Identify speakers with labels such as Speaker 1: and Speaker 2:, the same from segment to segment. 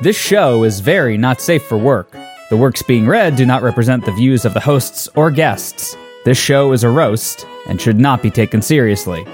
Speaker 1: This show is very not safe for work. The works being read do not represent the views of the hosts or guests. This show is a roast and should not be taken seriously.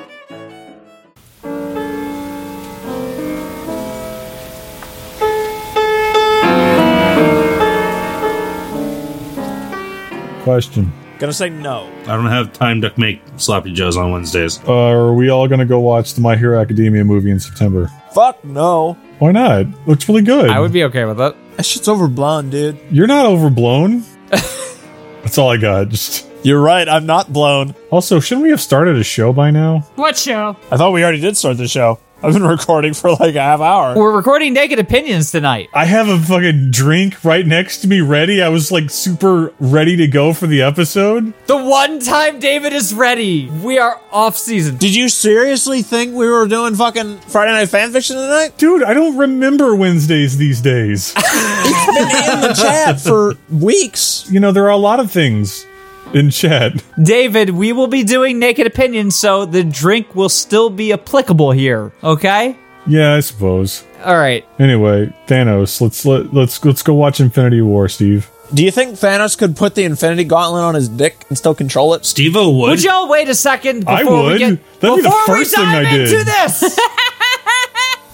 Speaker 2: Question.
Speaker 3: Gonna say no.
Speaker 4: I don't have time to make sloppy joes on Wednesdays.
Speaker 2: Uh, are we all going to go watch the My Hero Academia movie in September?
Speaker 3: Fuck no.
Speaker 2: Why not? Looks really good.
Speaker 5: I would be okay with it.
Speaker 3: That shit's overblown, dude.
Speaker 2: You're not overblown. That's all I got. Just
Speaker 3: You're right. I'm not blown.
Speaker 2: also, shouldn't we have started a show by now?
Speaker 5: What show?
Speaker 3: I thought we already did start the show. I've been recording for like a half hour.
Speaker 5: We're recording Naked Opinions tonight.
Speaker 2: I have a fucking drink right next to me ready. I was like super ready to go for the episode.
Speaker 5: The one time David is ready. We are off season.
Speaker 3: Did you seriously think we were doing fucking Friday Night Fanfiction tonight?
Speaker 2: Dude, I don't remember Wednesdays these days.
Speaker 3: In the chat for weeks.
Speaker 2: you know, there are a lot of things in chat.
Speaker 5: David, we will be doing Naked Opinions, so the drink will still be applicable here, okay?
Speaker 2: Yeah, I suppose.
Speaker 5: All right.
Speaker 2: Anyway, Thanos, let's let, let's let's go watch Infinity War, Steve.
Speaker 3: Do you think Thanos could put the Infinity Gauntlet on his dick and still control it?
Speaker 4: Steve O would.
Speaker 5: Would y'all wait a second before
Speaker 2: I
Speaker 5: we
Speaker 2: would.
Speaker 5: get
Speaker 2: That'd be the
Speaker 5: before
Speaker 2: first
Speaker 5: we
Speaker 2: thing
Speaker 5: dive
Speaker 2: I did.
Speaker 5: into this?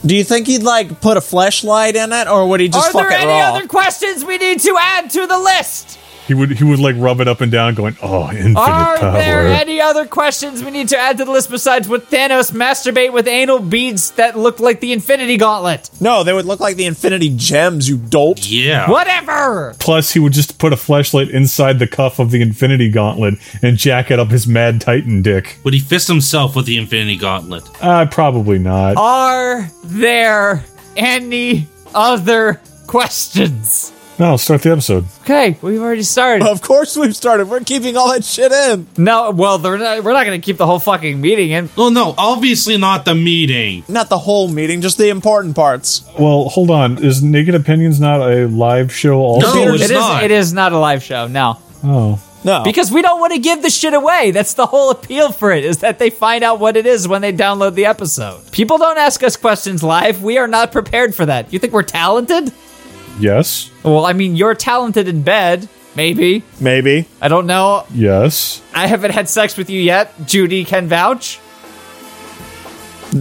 Speaker 3: Do you think he'd like put a flashlight in it, or would he
Speaker 5: Are
Speaker 3: just
Speaker 5: there
Speaker 3: fuck it
Speaker 5: any
Speaker 3: raw?
Speaker 5: other questions we need to add to the list?
Speaker 2: He would he would like rub it up and down, going, "Oh, infinite
Speaker 5: Are
Speaker 2: power."
Speaker 5: there any other questions we need to add to the list besides would Thanos masturbate with anal beads that looked like the Infinity Gauntlet?
Speaker 3: no, they would look like the Infinity Gems, you dope.
Speaker 4: yeah.
Speaker 5: Whatever.
Speaker 2: Plus, he would just put a flashlight inside the cuff of the Infinity Gauntlet and jack it up his Mad Titan dick.
Speaker 4: Would he fist himself with the Infinity Gauntlet?
Speaker 2: Uh, probably not.
Speaker 5: Are there any other questions?
Speaker 2: no, let's start the episode.
Speaker 5: Okay, we've already started.
Speaker 3: Of course we've started. We're keeping all that shit in.
Speaker 5: No, well, they're not, we're not going to keep the whole fucking meeting in.
Speaker 4: Well, Oh, no, obviously not the meeting.
Speaker 3: Not the whole meeting, just the important parts.
Speaker 2: Well, hold on. Is Naked Opinions not a live show? Also,
Speaker 4: No,
Speaker 5: It
Speaker 4: it's
Speaker 5: is.
Speaker 4: not.
Speaker 5: It is not a live show. No,
Speaker 2: oh,
Speaker 3: No.
Speaker 5: because we don't want to give the shit away. That's the whole appeal for it is that they find out what it is when they download the episode. People don't ask us questions live. We are not prepared for that. You think we're talented?
Speaker 2: yes,
Speaker 5: Well, I mean, you're talented in bed, maybe.
Speaker 3: Maybe.
Speaker 5: I don't know.
Speaker 2: yes.
Speaker 5: I haven't had sex with you yet. Judy can vouch.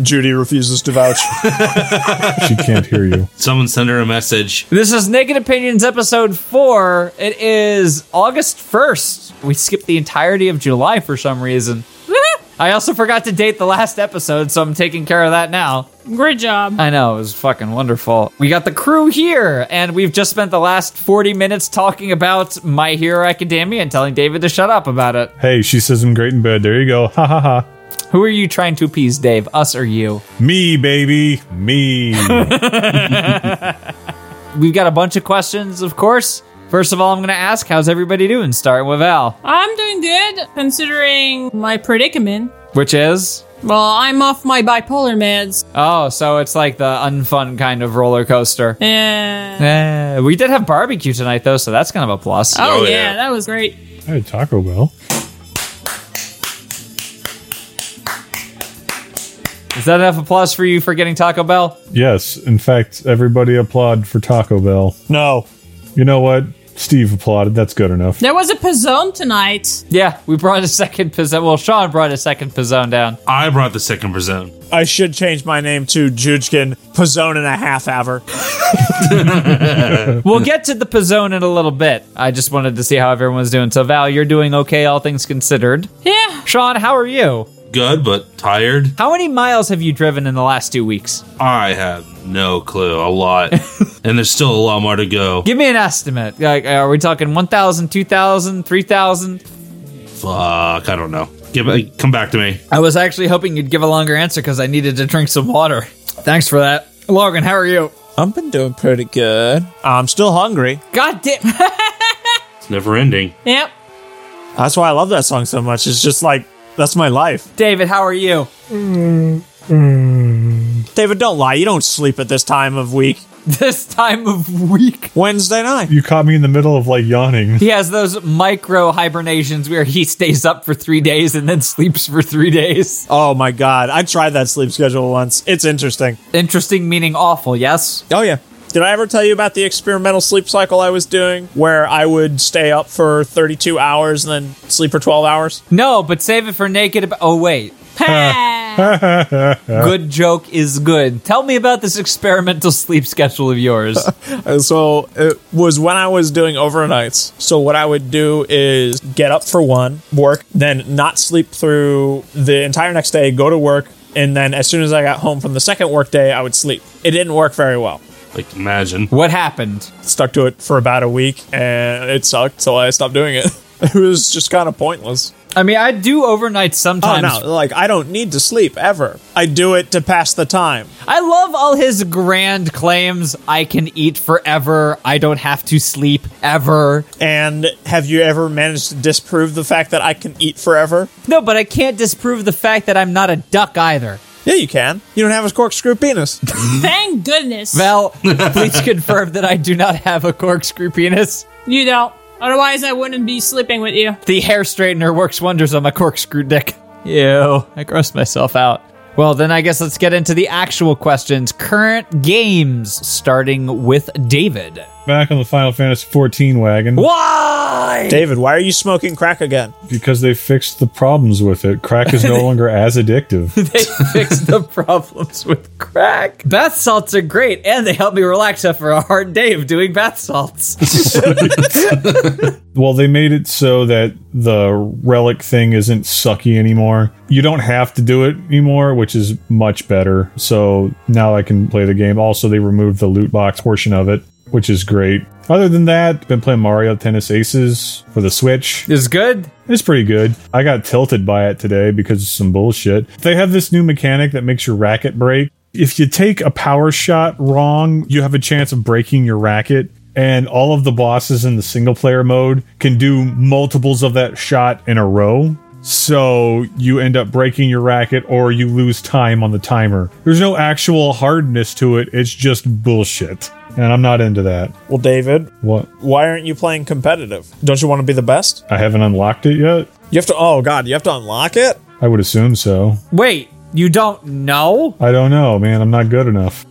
Speaker 3: Judy refuses to vouch.
Speaker 2: She can't hear you.
Speaker 4: Someone send her a message.
Speaker 5: This is Naked Opinions episode 4. It is August 1st. We skipped the entirety of July for some reason. I also forgot to date the last episode, so I'm taking care of that now.
Speaker 6: Great job.
Speaker 5: I know, it was fucking wonderful. We got the crew here, and we've just spent the last 40 minutes talking about My Hero Academia and telling David to shut up about it.
Speaker 2: Hey, she says I'm great in bed. There you go. Ha ha ha.
Speaker 5: Who are you trying to appease, Dave? Us or you?
Speaker 2: Me, baby, me.
Speaker 5: We've got a bunch of questions, of course. First of all, I'm going to ask, how's everybody doing? Starting with Al,
Speaker 6: I'm doing good considering my predicament.
Speaker 5: which is.
Speaker 6: Well, I'm off my bipolar meds.
Speaker 5: Oh, so it's like the unfun kind of roller coaster.
Speaker 6: And
Speaker 5: Eh, we did have barbecue tonight, though, so that's kind of a plus.
Speaker 6: oh,
Speaker 4: Oh,
Speaker 6: yeah,
Speaker 4: yeah.
Speaker 6: that was great.
Speaker 2: I had Taco Bell.
Speaker 5: Is that enough applause for you for getting Taco Bell?
Speaker 2: Yes, in fact, everybody applaud for Taco Bell.
Speaker 3: no.
Speaker 2: You know what? Steve applauded. That's good enough.
Speaker 6: There was a pizzone tonight.
Speaker 5: Yeah, we brought a second pizzone. Well, Sean brought a second pizzone down.
Speaker 4: I brought the second percent.
Speaker 3: I should change my name to Jujkin Pizzone and a half hour.
Speaker 5: We'll get to the pizzone in a little bit. I just wanted to see how everyone's doing. So, Val, you're doing okay, all things considered.
Speaker 6: Yeah.
Speaker 5: Sean, how are you?
Speaker 4: Good, but tired?
Speaker 5: How many miles have you driven in the last two weeks?
Speaker 4: I have no clue. A lot. and there's still a lot more to go.
Speaker 5: Give me an estimate. Like, are we talking 1,000, 2,000, 3,000?
Speaker 4: Fuck, I don't know. Give, come back to me.
Speaker 5: I was actually hoping you'd give a longer answer because I needed to drink some water. Thanks for that. Logan, how are you?
Speaker 3: I've been doing pretty good. I'm still hungry.
Speaker 5: God damn.
Speaker 4: It's never ending.
Speaker 6: Yep.
Speaker 3: That's why I love that song so much. It's just like, that's my life.
Speaker 5: David, how are you?
Speaker 3: David, don't lie. You don't sleep at this time of week.
Speaker 5: This time of week.
Speaker 3: Wednesday night.
Speaker 2: You caught me in the middle of like yawning.
Speaker 5: He has those micro hibernations where he stays up for three days and then sleeps for three days.
Speaker 3: Oh my god. I tried that sleep schedule once. It's interesting.
Speaker 5: Interesting, meaning awful, yes?
Speaker 3: Oh yeah. Did I ever tell you about the experimental sleep cycle I was doing where I would stay up for 32 hours and then sleep for 12 hours?
Speaker 5: No, but save it for naked. Ab- oh wait,
Speaker 6: Ha!
Speaker 5: good joke is good. Tell me about this experimental sleep schedule of yours.
Speaker 3: And so it was when I was doing overnights. So what I would do is get up for one, work, then not sleep through the entire next day, go to work, and then as soon as I got home from the second work day, I would sleep. It didn't work very well.
Speaker 4: Like, imagine.
Speaker 5: what happened?
Speaker 3: Stuck to it for about a week and it sucked, so I stopped doing it. It was just kind of pointless.
Speaker 5: I mean, I do overnight
Speaker 3: Oh
Speaker 5: sometimes.
Speaker 3: no, like I don't need to sleep ever. I do it to pass the time.
Speaker 5: I love all his grand claims. I can eat forever. I don't have to sleep ever.
Speaker 3: And have you ever managed to disprove the fact that I can eat forever?
Speaker 5: No, but I can't disprove the fact that I'm not a duck either.
Speaker 3: Yeah, you can. You don't have a corkscrew penis.
Speaker 6: Thank goodness.
Speaker 5: Val, please confirm that I do not have a corkscrew penis.
Speaker 6: you don't. Otherwise, I wouldn't be sleeping with you.
Speaker 5: The hair straightener works wonders on my corkscrew dick. Ew, I grossed myself out. Well, then I guess let's get into the actual questions. Current games, starting with David.
Speaker 2: Back on the Final Fantasy 14 wagon
Speaker 5: Why?
Speaker 3: David, why are you smoking crack again?
Speaker 2: because they fixed the problems with it. Crack is no longer as addictive.
Speaker 5: they fix the problems with crack. Bath salts are great, and they help me relax after a hard day of doing bath salts.
Speaker 2: Well, they made it so that the relic thing isn't sucky anymore. You don't have to do it anymore, which is much better. So now I can play the game. Also, they removed the loot box portion of it, which is great. Other than that, been playing Mario Tennis Aces for the Switch.
Speaker 5: Is good.
Speaker 2: It's pretty good. I got tilted by it today because of some bullshit. They have this new mechanic that makes your racket break. If you take a power shot wrong, you have a chance of breaking your racket. And all of the bosses in the single player mode can do multiples of that shot in a row. So you end up breaking your racket or you lose time on the timer. There's no actual hardness to it, it's just bullshit. And I'm not into that.
Speaker 3: Well, David,
Speaker 2: What?
Speaker 3: why aren't you playing competitive? Don't you want to be the best?
Speaker 2: I haven't unlocked it yet?
Speaker 3: You have to, oh God, you have to unlock it?
Speaker 2: I would assume so.
Speaker 5: Wait, you don't know?
Speaker 2: I don't know, man. I'm not good enough.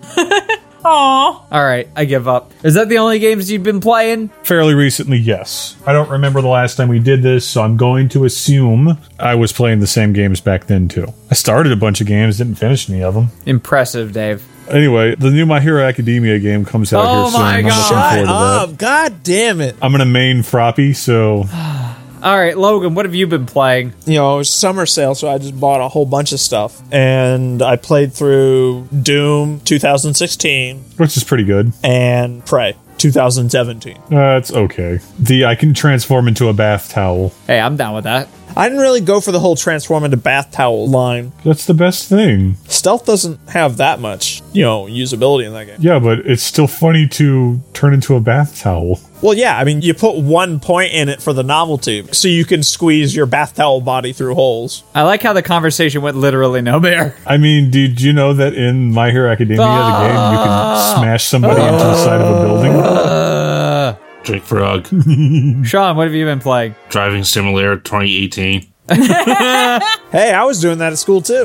Speaker 6: Aw.
Speaker 5: All right, I give up. Is that the only games you've been playing?
Speaker 2: Fairly recently, yes. I don't remember the last time we did this, so I'm going to assume I was playing the same games back then, too. I started a bunch of games, didn't finish any of them.
Speaker 5: Impressive, Dave.
Speaker 2: Anyway, the new My Hero Academia game comes out
Speaker 5: Oh
Speaker 2: here soon.
Speaker 5: my
Speaker 2: I'm
Speaker 5: God.
Speaker 2: looking forward
Speaker 3: Shut
Speaker 2: to that.
Speaker 3: up. oh, God damn it.
Speaker 2: I'm going to main Froppy, so
Speaker 5: All right, Logan, what have you been playing?
Speaker 3: You know, it was summer sale, so I just bought a whole bunch of stuff. And I played through Doom 2016
Speaker 2: which is pretty good.
Speaker 3: and Prey 2017.
Speaker 2: That's okay. The I can transform into a bath towel.
Speaker 5: Hey, I'm down with that.
Speaker 3: I didn't really go for the whole transform into bath towel line.
Speaker 2: That's the best thing.
Speaker 3: Stealth doesn't have that much, you know, usability in that game.
Speaker 2: Yeah, but it's still funny to turn into a bath towel.
Speaker 3: Well, yeah, I mean, you put one point in it for the novelty, so you can squeeze your bath towel body through holes.
Speaker 5: I like how the conversation went literally nowhere.
Speaker 2: I mean, did you know that in My Hero Academia, the game, you can smash somebody into the side of a building?
Speaker 4: Drink Frog.
Speaker 5: Uh, Sean, what have you been playing?
Speaker 4: Driving Simulator 2018.
Speaker 3: Hey, I was doing that at school too.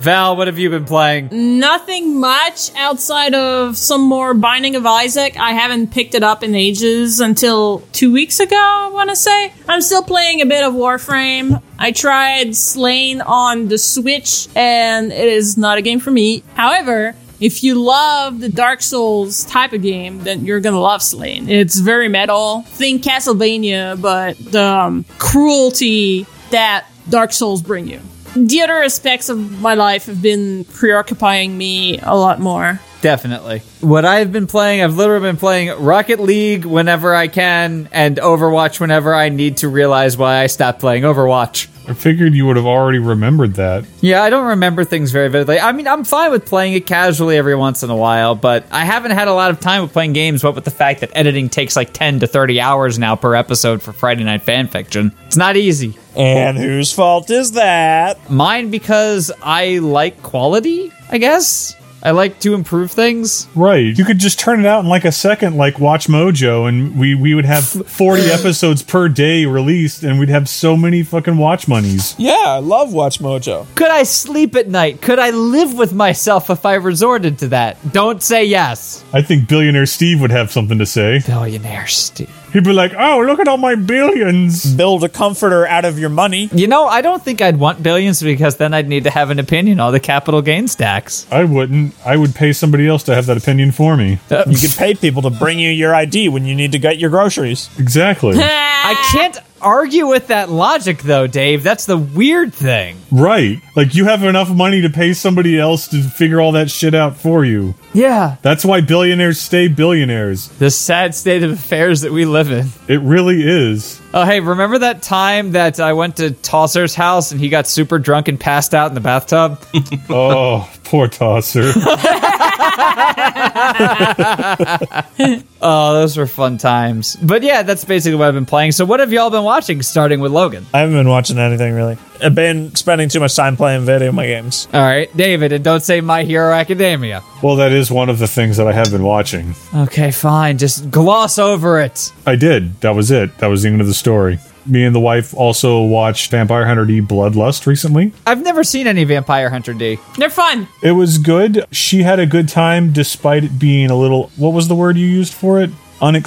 Speaker 5: Val, what have you been playing?
Speaker 6: Nothing much outside of some more Binding of Isaac. I haven't picked it up in ages until two weeks ago, I want to say. I'm still playing a bit of Warframe. I tried Slain on the Switch, and it is not a game for me. However, if you love the Dark Souls type of game, then you're gonna love Slain. It's very metal. Think Castlevania, but the um, cruelty that Dark Souls bring you. The other aspects of my life have been preoccupying me a lot more.
Speaker 5: Definitely. What I've been playing, I've literally been playing Rocket League whenever I can and Overwatch whenever I need to realize why I stopped playing Overwatch.
Speaker 2: I figured you would have already remembered that.
Speaker 5: Yeah, I don't remember things very vividly. I mean, I'm fine with playing it casually every once in a while, but I haven't had a lot of time with playing games, what with the fact that editing takes like 10 to 30 hours now per episode for Friday Night Fanfiction. It's not easy.
Speaker 3: and whose fault is that?
Speaker 5: Mine because I like quality, I guess. I like to improve things.
Speaker 2: Right. You could just turn it out in like a second, like Watch Mojo, and we, we would have 40 episodes per day released, and we'd have so many fucking watch monies.
Speaker 3: Yeah, I love Watch Mojo.
Speaker 5: Could I sleep at night? Could I live with myself if I resorted to that? Don't say yes.
Speaker 2: I think billionaire Steve would have something to say.
Speaker 5: Billionaire Steve.
Speaker 2: He'd be like, oh, look at all my billions.
Speaker 3: Build a comforter out of your money.
Speaker 5: You know, I don't think I'd want billions because then I'd need to have an opinion on the capital gains tax.
Speaker 2: I wouldn't. I would pay somebody else to have that opinion for me.
Speaker 5: Uh,
Speaker 3: You could pay people to bring you your ID when you need to get your groceries.
Speaker 2: Exactly.
Speaker 5: I can't argue with that logic though, Dave. That's the weird thing.
Speaker 2: right. Like, you have enough money to pay somebody else to figure all that shit out for you.
Speaker 5: Yeah.
Speaker 2: That's why billionaires stay billionaires.
Speaker 5: The sad state of affairs that we live in.
Speaker 2: It really is.
Speaker 5: Oh, hey, remember that time that I went to Tosser's house and he got super drunk and passed out in the bathtub?
Speaker 2: Oh, poor tosser.
Speaker 5: Oh, those were fun times. But yeah, that's basically what I've been playing. So, what have y'all been watching starting with Logan?
Speaker 3: I haven't been watching anything really. I've been spending too much time playing video games.
Speaker 5: All right, David, and don't say My Hero Academia.
Speaker 2: well, that is one of the things that I have been watching.
Speaker 5: Okay, fine. Just gloss over it.
Speaker 2: I did. That was it. That was the end of the story. Me and the wife also watched Vampire Hunter D Bloodlust recently.
Speaker 5: I've never seen any Vampire Hunter D.
Speaker 6: They're fun.
Speaker 2: It was good. She had a good time despite it being a little what was the word you used for it?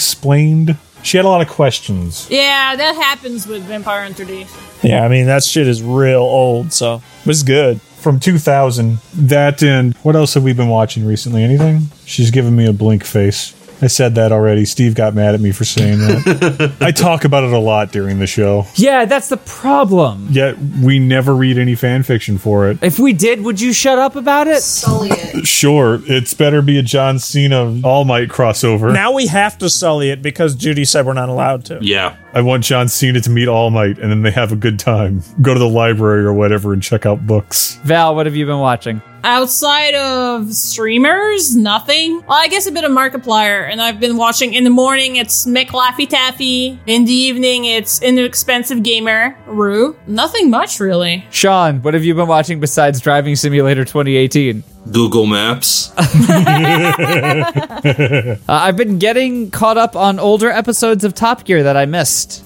Speaker 2: Unexplained. She had a lot of questions.
Speaker 6: Yeah, that happens with Vampire Hunter D.
Speaker 3: Yeah, I mean that shit is real old, so it was good.
Speaker 2: From 2000. That and what else have we been watching recently? Anything? She's giving me a blink face. I said that already. Steve got mad at me for saying that. I talk about it a lot during the show.
Speaker 5: Yeah, that's the problem.
Speaker 2: Yet we never read any fan fiction for it.
Speaker 5: If we did, would you shut up about it?
Speaker 7: Sully it.
Speaker 2: Sure, it's better be a John Cena All Might crossover.
Speaker 3: Now we have to sully it because Judy said we're not allowed to.
Speaker 4: Yeah.
Speaker 2: I want John Cena to meet All Might and then they have a good time. Go to the library or whatever and check out books.
Speaker 5: Val, what have you been watching?
Speaker 6: Outside of streamers, nothing. Well, I guess a bit of Markiplier, and I've been watching in the morning. It's Mick Laffy Taffy. In the evening, it's Inexpensive Gamer Rue. Nothing much really.
Speaker 5: Sean, what have you been watching besides Driving Simulator 2018?
Speaker 4: Google Maps.
Speaker 5: Uh, I've been getting caught up on older episodes of Top Gear that I missed.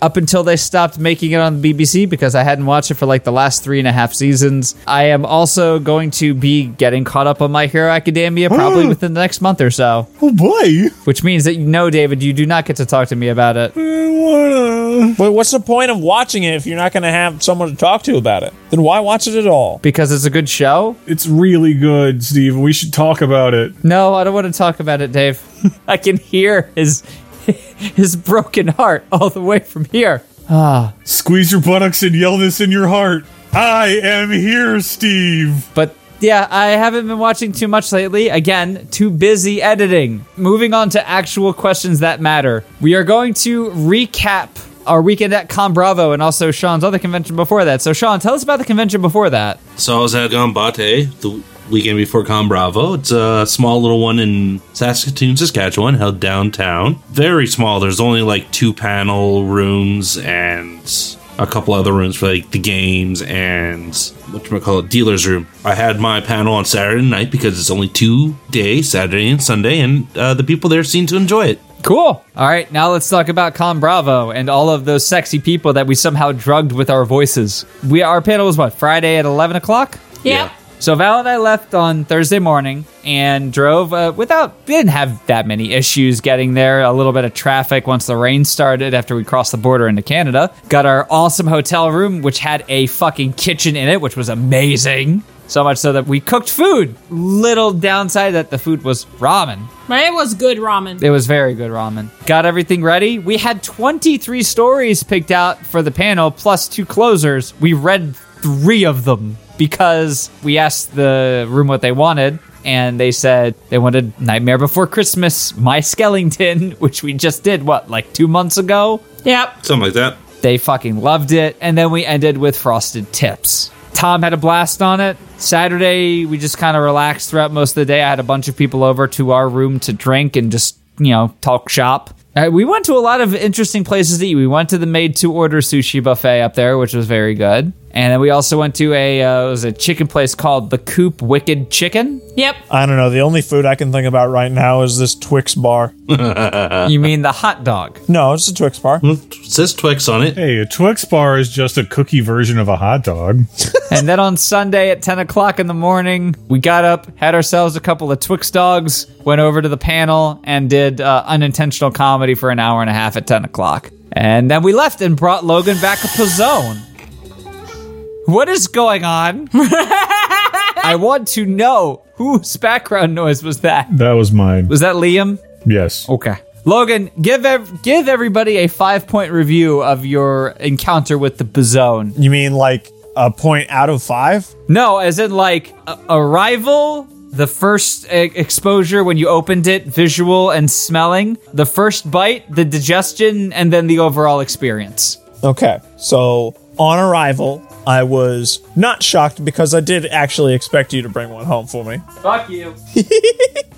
Speaker 5: Up until they stopped making it on the BBC because I hadn't watched it for like the last three and a half seasons. I am also going to be getting caught up on My Hero Academia probably within the next month or so,
Speaker 2: Oh boy!
Speaker 5: which means that you know, David, you do not get to talk to me about it.
Speaker 3: But what's the point of watching it if you're not going to have someone to talk to about it? Then why watch it at all?
Speaker 5: Because it's a good show?
Speaker 2: It's really good, Steve. We should talk about it.
Speaker 5: No, I don't want to talk about it, Dave. I can hear his his broken heart all the way from here.
Speaker 2: Squeeze your buttocks and yell this in your heart. I am here, Steve.
Speaker 5: But yeah, I haven't been watching too much lately. Again, too busy editing. Moving on to actual questions that matter. We are going to recap our weekend at Con Bravo and also Sean's other convention before that. So, Sean, tell us about the convention before that.
Speaker 4: So I was at Gambate the weekend before Con Bravo. It's a small little one in Saskatoon, Saskatchewan, held downtown. Very small. There's only like two panel rooms and a couple other rooms for like the games and what do call it dealer's room. I had my panel on Saturday night because it's only two days, Saturday and Sunday, and uh, the people there seem to enjoy it.
Speaker 5: Cool. All right, now let's talk about Con Bravo and all of those sexy people that we somehow drugged with our voices. We our panel was what Friday at eleven o'clock.
Speaker 6: Yeah.
Speaker 5: So Val and I left on Thursday morning and drove uh, without didn't have that many issues getting there. A little bit of traffic once the rain started after we crossed the border into Canada. Got our awesome hotel room which had a fucking kitchen in it, which was amazing. So much so that we cooked food. Little downside that the food was ramen.
Speaker 6: But it was good ramen.
Speaker 5: It was very good ramen. Got everything ready. We had 23 stories picked out for the panel, plus two closers. We read three of them because we asked the room what they wanted, and they said they wanted Nightmare Before Christmas, My Skellington, which we just did, what, like two months ago?
Speaker 6: Yep.
Speaker 4: Something like that.
Speaker 5: They fucking loved it. And then we ended with Frosted Tips. Tom had a blast on it. Saturday, we just kind of relaxed throughout most of the day. I had a bunch of people over to our room to drink and just, you know, talk shop. Uh, we went to a lot of interesting places to eat. We went to the made to order sushi buffet up there, which was very good. And then we also went to a uh, it was a chicken place called the Coop Wicked Chicken.
Speaker 6: Yep.
Speaker 3: I don't know. The only food I can think about right now is this Twix bar.
Speaker 5: you mean the hot dog?
Speaker 3: No, it's a Twix bar.
Speaker 4: It says Twix on it.
Speaker 2: Hey, a Twix bar is just a cookie version of a hot dog.
Speaker 5: and then on Sunday at ten o'clock in the morning, we got up, had ourselves a couple of Twix dogs, went over to the panel, and did uh, unintentional comedy for an hour and a half at ten o'clock. And then we left and brought Logan back a Pizzone. What is going on? I want to know whose background noise was that.
Speaker 2: That was mine.
Speaker 5: Was that Liam?
Speaker 2: Yes.
Speaker 5: Okay. Logan, give ev- give everybody a five point review of your encounter with the Bazone.
Speaker 3: You mean like a point out of five?
Speaker 5: No, as in like a- arrival, the first e- exposure when you opened it, visual and smelling, the first bite, the digestion, and then the overall experience.
Speaker 3: Okay. So on arrival, I was not shocked because I did actually expect you to bring one home for me.
Speaker 5: Fuck you.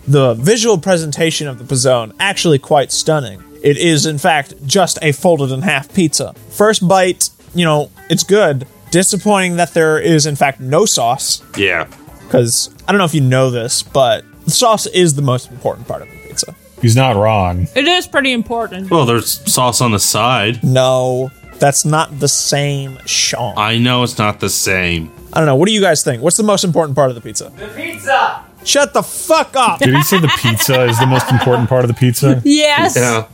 Speaker 3: The visual presentation of the Pizzone actually quite stunning. It is in fact just a folded in half pizza. First bite, you know, it's good. Disappointing that there is in fact no sauce
Speaker 4: Yeah.
Speaker 3: because I don't know if you know this, but the sauce is the most important part of the pizza.
Speaker 2: He's not wrong.
Speaker 6: It is pretty important.
Speaker 4: Well, there's sauce on the side.
Speaker 3: No, that's not the same, Sean. I
Speaker 4: I know it's not the same.
Speaker 3: don't know. What do you guys think? What's the most important part of the pizza? The pizza. Shut the fuck up.
Speaker 2: Did he say the pizza is the most important part of the pizza?
Speaker 6: Yes.
Speaker 4: Yeah.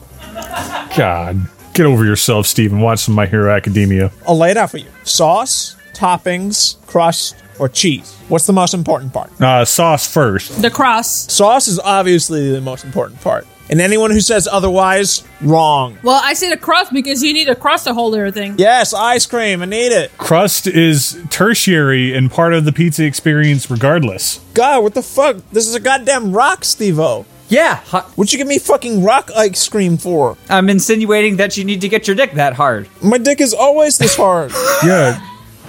Speaker 2: God. Get over yourself, Steve, and watch some My Hero Academia.
Speaker 3: I'll lay it out for you. Sauce, toppings, crust, or cheese. What's the most important part?
Speaker 2: Uh, sauce first.
Speaker 6: The crust.
Speaker 3: Sauce is obviously the most important part. And anyone who says otherwise, wrong.
Speaker 6: Well, I say the crust because you need a crust to hold everything.
Speaker 3: Yes, ice cream. I need it.
Speaker 2: Crust is tertiary and part of the pizza experience, regardless.
Speaker 3: God, what the fuck? This is a goddamn rock, Stevo.
Speaker 5: Yeah, hu-
Speaker 3: What'd you give me fucking rock ice cream for?
Speaker 5: I'm insinuating that you need to get your dick that hard.
Speaker 3: My dick is always this hard.
Speaker 2: Yeah.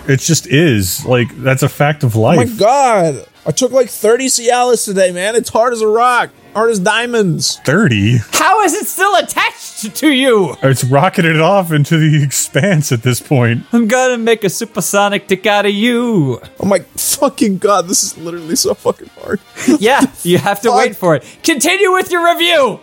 Speaker 2: It just is. Like, that's a fact of
Speaker 3: Oh my
Speaker 2: life.
Speaker 3: god. I took like 30 Cialis today, man. It's hard as a rock. Hard as diamonds.
Speaker 2: 30.
Speaker 5: How is it still attached to you?
Speaker 2: It's rocketed off into the expanse at this point.
Speaker 5: I'm gonna make a supersonic dick out of you.
Speaker 3: Oh my fucking god, this is literally so fucking hard.
Speaker 5: Yeah, you have to wait for it. Continue with your review.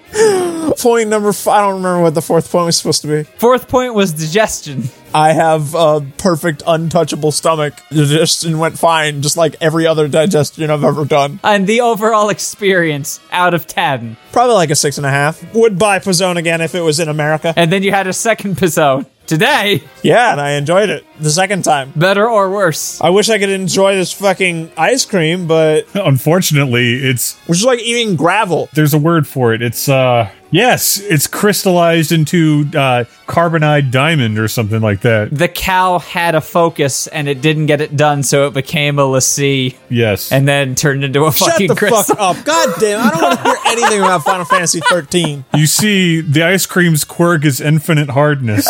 Speaker 3: point number five, I don't remember what the fourth point was supposed to be.
Speaker 5: Fourth point was digestion.
Speaker 3: I have a perfect untouchable stomach. Digestion went fine, just like every other digestion I've ever done.
Speaker 5: And the overall experience out of 10.
Speaker 3: Probably like a six and a half. Would buy Pizzone again if it was in America.
Speaker 5: And then you had a second episode. Today,
Speaker 3: Yeah, and I enjoyed it the second time.
Speaker 5: better or worse.
Speaker 3: I wish I could enjoy this fucking ice cream, but
Speaker 2: Unfortunately, it's
Speaker 3: which is like eating gravel.
Speaker 2: there's a word for it. It's uh yes, it's crystallized into uh carbonide diamond or something like that.
Speaker 5: The cow had a focus and it didn't get it done, so it became a lassie
Speaker 2: Yes.
Speaker 5: and then turned into a fucking
Speaker 3: Shut the
Speaker 5: crystal.
Speaker 3: fuck up. God damn, I don't want to hear anything about Final Fantasy 13.
Speaker 2: you see the ice cream's quirk is infinite hardness.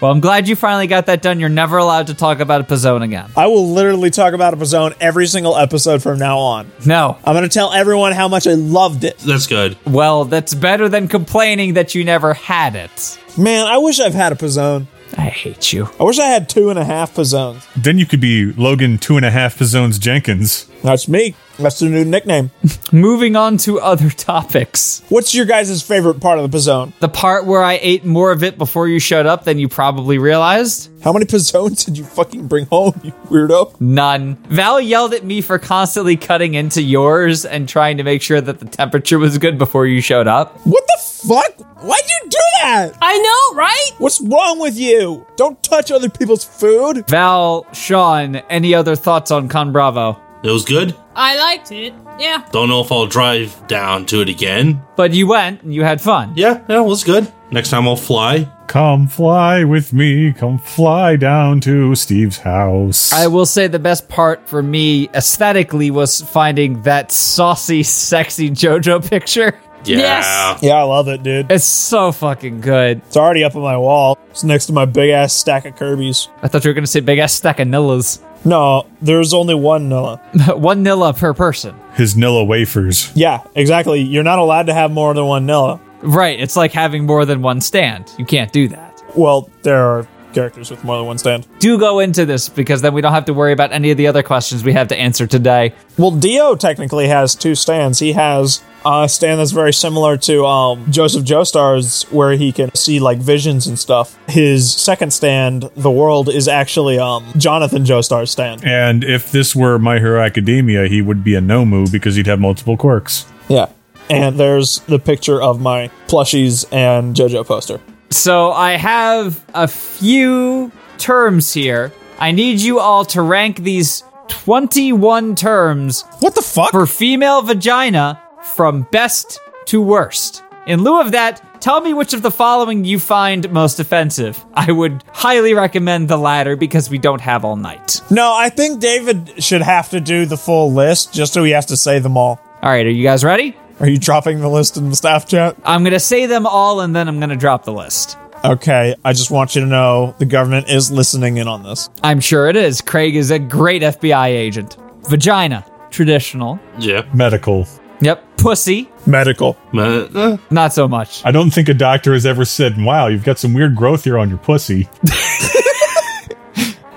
Speaker 5: Well, I'm glad you finally got that done. You're never allowed to talk about a Pizzone again.
Speaker 3: I will literally talk about Epizone every single episode from now on.
Speaker 5: No.
Speaker 3: I'm going to tell everyone how much I loved it.
Speaker 4: That's good.
Speaker 5: Well, that's better than complaining that you never had it.
Speaker 3: Man, I wish I've had a Pizzone.
Speaker 5: I hate you.
Speaker 3: I wish I had two and a half Pizzones.
Speaker 2: then you could be Logan two and a half Pizzones Jenkins.
Speaker 3: That's me. That's the new nickname.
Speaker 5: Moving on to other topics.
Speaker 3: What's your guys' favorite part of the Pizzone?
Speaker 5: The part where I ate more of it before you showed up than you probably realized?
Speaker 3: How many Pizzones did you fucking bring home, you weirdo?
Speaker 5: None. Val yelled at me for constantly cutting into yours and trying to make sure that the temperature was good before you showed up.
Speaker 3: What the fuck? Why'd you do that?
Speaker 6: I know, right?
Speaker 3: What's wrong with you? Don't touch other people's food.
Speaker 5: Val, Sean, any other thoughts on Con Bravo?
Speaker 4: It was good.
Speaker 6: I liked it. Yeah.
Speaker 4: Don't know if I'll drive down to it again.
Speaker 5: But you went and you had fun.
Speaker 4: Yeah, yeah, it was good. Next time I'll fly.
Speaker 2: Come fly with me, come fly down to Steve's house.
Speaker 5: I will say the best part for me aesthetically was finding that saucy, sexy JoJo picture.
Speaker 4: Yeah.
Speaker 6: Yes.
Speaker 3: Yeah, I love it, dude.
Speaker 5: It's so fucking good.
Speaker 3: It's already up on my wall. It's next to my big ass stack of Kirby's.
Speaker 5: I thought you were going to say big ass stack of Nillas.
Speaker 3: No, there's only one Nilla.
Speaker 5: One Nilla per person.
Speaker 2: His Nilla wafers.
Speaker 3: Yeah, exactly. You're not allowed to have more than one Nilla.
Speaker 5: Right. It's like having more than one stand. You can't do that.
Speaker 3: Well, there are characters with more than one stand.
Speaker 5: Do go into this because then we don't have to worry about any of the other questions we have to answer today.
Speaker 3: Well, Dio technically has two stands. He has a stand that's very similar to um, Joseph Joestar's, where he can see like visions and stuff. His second stand, the world, is actually um, Jonathan Joestar's stand.
Speaker 2: And if this were My Hero Academia, he would be a Nomu because he'd have multiple quirks.
Speaker 3: Yeah. And there's the picture of my plushies and JoJo poster.
Speaker 5: So I have a few terms here. I need you all to rank these 21 terms
Speaker 3: What the fuck?
Speaker 5: for female vagina from best to worst. In lieu of that, tell me which of the following you find most offensive. I would highly recommend the latter because we don't have all night.
Speaker 3: no, I think David should have to do the full list just so he has to say them all.
Speaker 5: All right, are you guys ready?
Speaker 3: Are you dropping the list in the staff chat?
Speaker 5: I'm going to say them all and then I'm going to drop the list.
Speaker 3: Okay, I just want you to know the government is listening in on this.
Speaker 5: I'm sure it is. Craig is a great FBI agent. Vagina, traditional.
Speaker 4: Yeah.
Speaker 2: Medical.
Speaker 5: Yep. Pussy,
Speaker 3: Medical.
Speaker 4: Ma- uh,
Speaker 5: not so much.
Speaker 2: I don't think a doctor has ever said, wow, you've got some weird growth here on your pussy.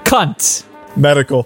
Speaker 5: Cunt,
Speaker 3: Medical.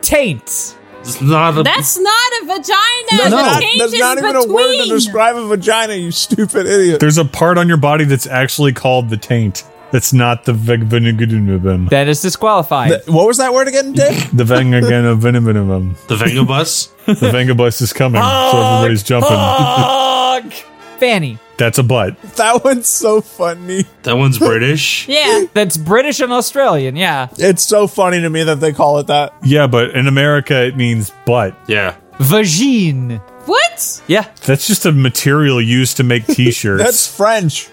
Speaker 5: taint,
Speaker 4: it's not a.
Speaker 6: That's not a vagina.
Speaker 3: That's
Speaker 6: No,
Speaker 3: not- that's not even a word to describe a vagina, you stupid idiot.
Speaker 2: There's a part on your body that's actually called the taint. That's not the vegvenuginubim.
Speaker 5: that is disqualified.
Speaker 3: What was that word again, Dave?
Speaker 2: The vengagenaviniminimum.
Speaker 4: the Vengabus?
Speaker 2: The vengabus is coming, so everybody's jumping.
Speaker 5: Ugh. Fanny,
Speaker 2: That's a butt.
Speaker 3: that one's so funny.
Speaker 4: that one's British.
Speaker 6: Yeah.
Speaker 5: that's British and Australian, yeah.
Speaker 3: It's so funny to me that they call it that.
Speaker 2: Yeah, but in America, it means butt.
Speaker 4: Yeah.
Speaker 5: Vagine,
Speaker 6: What?
Speaker 5: yeah.
Speaker 2: That's just a material used to make t-shirts.
Speaker 3: That's French.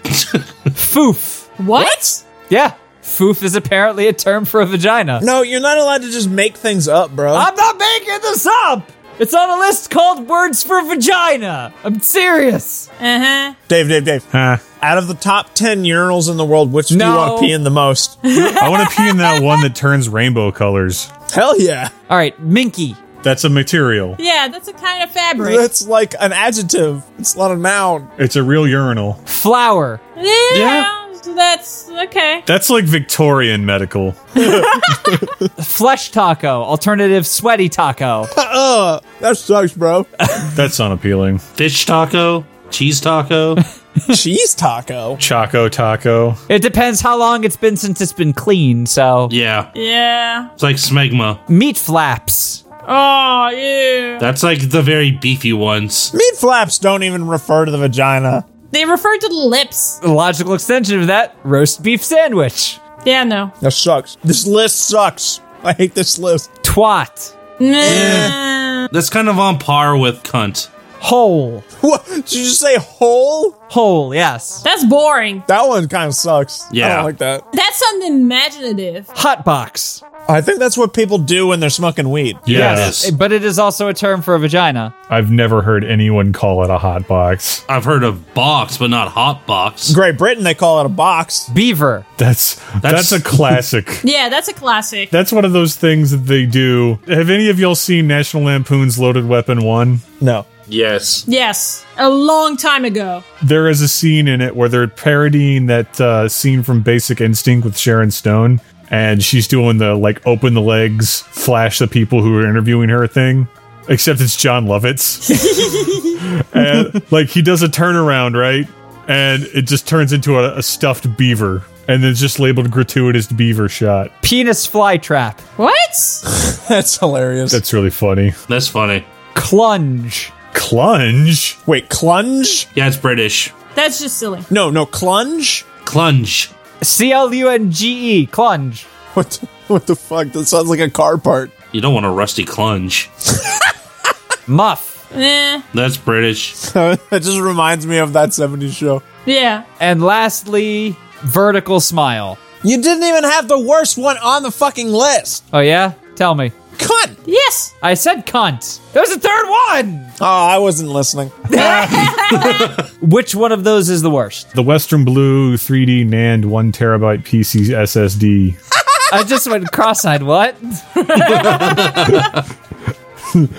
Speaker 5: Foof,
Speaker 6: What?
Speaker 5: yeah. Foof is apparently a term for a vagina.
Speaker 3: No, you're not allowed to just make things up, bro.
Speaker 5: I'm not making this up! It's on a list called Words for Vagina! I'm serious!
Speaker 6: Uh huh.
Speaker 3: Dave, Dave, Dave.
Speaker 2: Huh.
Speaker 3: Out of the top 10 urinals in the world, which do you
Speaker 5: No.
Speaker 3: want to pee in the most?
Speaker 2: I want to pee in that one that turns rainbow colors.
Speaker 3: Hell yeah.
Speaker 5: Alright, Minky.
Speaker 2: That's a material.
Speaker 6: Yeah, that's a kind of fabric.
Speaker 3: That's like an adjective. It's not a noun.
Speaker 2: It's a real urinal.
Speaker 5: Flower.
Speaker 6: Yeah. That's okay.
Speaker 2: That's like Victorian medical.
Speaker 5: Flesh taco. Alternative sweaty taco.
Speaker 3: That sucks, bro.
Speaker 2: That's unappealing.
Speaker 4: Fish taco? Cheese taco?
Speaker 3: Cheese taco.
Speaker 2: Choco taco.
Speaker 5: it depends how long it's been since it's been cleaned, so.
Speaker 4: Yeah.
Speaker 6: Yeah.
Speaker 4: It's like smegma.
Speaker 5: Meat flaps.
Speaker 6: Oh, yeah.
Speaker 4: That's like the very beefy ones.
Speaker 3: Meat flaps don't even refer to the vagina.
Speaker 6: They refer to the lips.
Speaker 5: The logical extension of that, roast beef sandwich.
Speaker 6: Yeah, no.
Speaker 3: That sucks. This list sucks. I hate this list.
Speaker 5: Twat.
Speaker 6: Nah.
Speaker 4: That's kind of on par with cunt.
Speaker 5: Hole.
Speaker 3: What? Did you just say whole?
Speaker 5: Hole, yes.
Speaker 6: That's boring.
Speaker 3: That one kind of sucks. I
Speaker 4: Yeah.
Speaker 3: don't like that.
Speaker 6: That's unimaginative.
Speaker 5: Hot box.
Speaker 3: I think that's what people do when they're smoking weed.
Speaker 4: Yes.
Speaker 5: Eh, But it is also a term for a vagina.
Speaker 2: I've never heard anyone call it a hot box.
Speaker 4: I've heard of box, but not hot box.
Speaker 3: Great Britain, they call it a box.
Speaker 5: Beaver.
Speaker 2: That's that's,
Speaker 4: That's-
Speaker 2: a classic.
Speaker 6: Yeah, that's a classic.
Speaker 2: that's one of those things that they do. Have any of y'all seen National Lampoon's Loaded Weapon 1?
Speaker 3: No.
Speaker 4: Yes.
Speaker 6: yes, a long time ago.
Speaker 2: there is a scene in it where they're parodying that uh, scene from Basic Instinct with Sharon Stone, and she's doing the like open the legs, flash the people who are interviewing her thing. Except it's John Lovitz, and like he does a turnaround right, and it just turns into a, a stuffed beaver, and it's just labeled gratuitous beaver shot.
Speaker 5: Penis fly trap.
Speaker 6: What?
Speaker 3: That's hilarious.
Speaker 2: That's really funny.
Speaker 4: That's funny.
Speaker 5: Clunge.
Speaker 2: Clunge.
Speaker 3: Wait, clunge?
Speaker 4: Yeah, it's British.
Speaker 6: That's just silly.
Speaker 3: No, no, clunge?
Speaker 4: Clunge.
Speaker 5: C L U N G E. Clunge.
Speaker 3: What the, what the fuck? That sounds like a car part.
Speaker 4: You don't want a rusty clunge.
Speaker 5: Muff.
Speaker 6: Eh,
Speaker 4: That's British.
Speaker 3: that just reminds me of that 70s show.
Speaker 6: yeah.
Speaker 5: And lastly, vertical smile.
Speaker 3: You didn't even have the worst one on the fucking list.
Speaker 5: Oh, yeah? Tell me.
Speaker 3: Cunt!
Speaker 6: Yes.
Speaker 5: I said cunt. There was a third one.
Speaker 3: Oh, I wasn't listening.
Speaker 5: Which one of those is the worst?
Speaker 2: The Western Blue 3D NAND one terabyte PC SSD.
Speaker 5: I just went cross-eyed. What?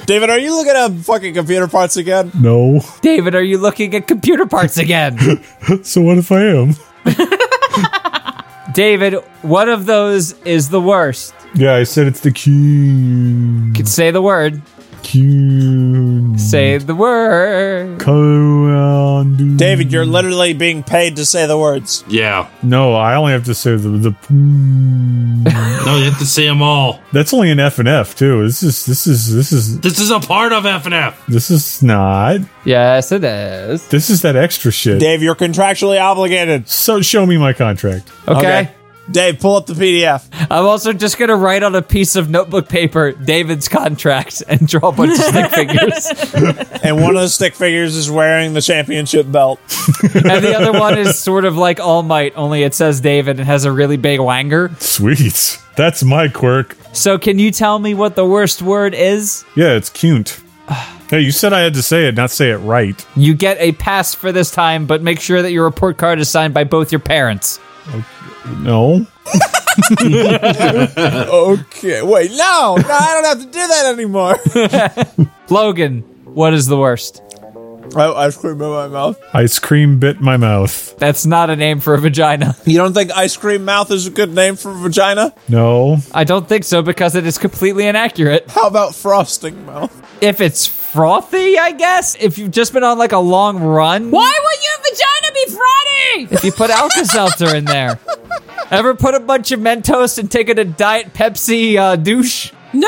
Speaker 3: David, are you looking at fucking computer parts again?
Speaker 2: No.
Speaker 5: David, are you looking at computer parts again?
Speaker 2: So what if I am?
Speaker 5: David, what of those is the worst?
Speaker 2: Yeah, I said it's the Q.
Speaker 5: Could say the word.
Speaker 2: Q.
Speaker 5: Say the word.
Speaker 2: Command.
Speaker 3: David, you're literally being paid to say the words.
Speaker 4: Yeah.
Speaker 2: No, I only have to say the the. p-
Speaker 4: No, you have to say them all.
Speaker 2: That's only an F and F too. This is this is this is
Speaker 4: This is a part of FNF.
Speaker 2: this is not.
Speaker 5: Yes, it is.
Speaker 2: This is that extra shit.
Speaker 3: Dave, you're contractually obligated.
Speaker 2: so show me my contract.
Speaker 5: okay.
Speaker 3: Dave, pull up the PDF.
Speaker 5: I'm also just gonna write on a piece of notebook paper David's contract and draw a bunch of stick figures,
Speaker 3: And one of the stick figures is wearing the championship belt.
Speaker 5: and the other one is sort of like All Might, only it says David and has a really big wanger.
Speaker 2: Sweet. That's my quirk.
Speaker 5: So, can you tell me what the worst word is?
Speaker 2: Yeah, it's cute. Hey, you said I had to say it, not say it right.
Speaker 5: You get a pass for this time, but make sure that your report card is signed by both your parents.
Speaker 2: No.
Speaker 3: Okay, wait, no, no, I don't have to do that anymore.
Speaker 5: Logan, what is the worst?
Speaker 3: oh, ice cream in my mouth.
Speaker 2: Ice cream bit my mouth.
Speaker 5: That's not a name for a vagina.
Speaker 3: You don't think ice cream mouth is a good name for vagina?
Speaker 2: No.
Speaker 5: I don't think so because it is completely inaccurate.
Speaker 3: How about frosting mouth?
Speaker 5: If it's frothy, I guess. If you've just been on like a long run,
Speaker 6: Why would your vagina be frothy?
Speaker 5: if you put Alka Seltzer in there. Ever put a bunch of Mentos and take it a Diet Pepsi uh, douche?
Speaker 6: No!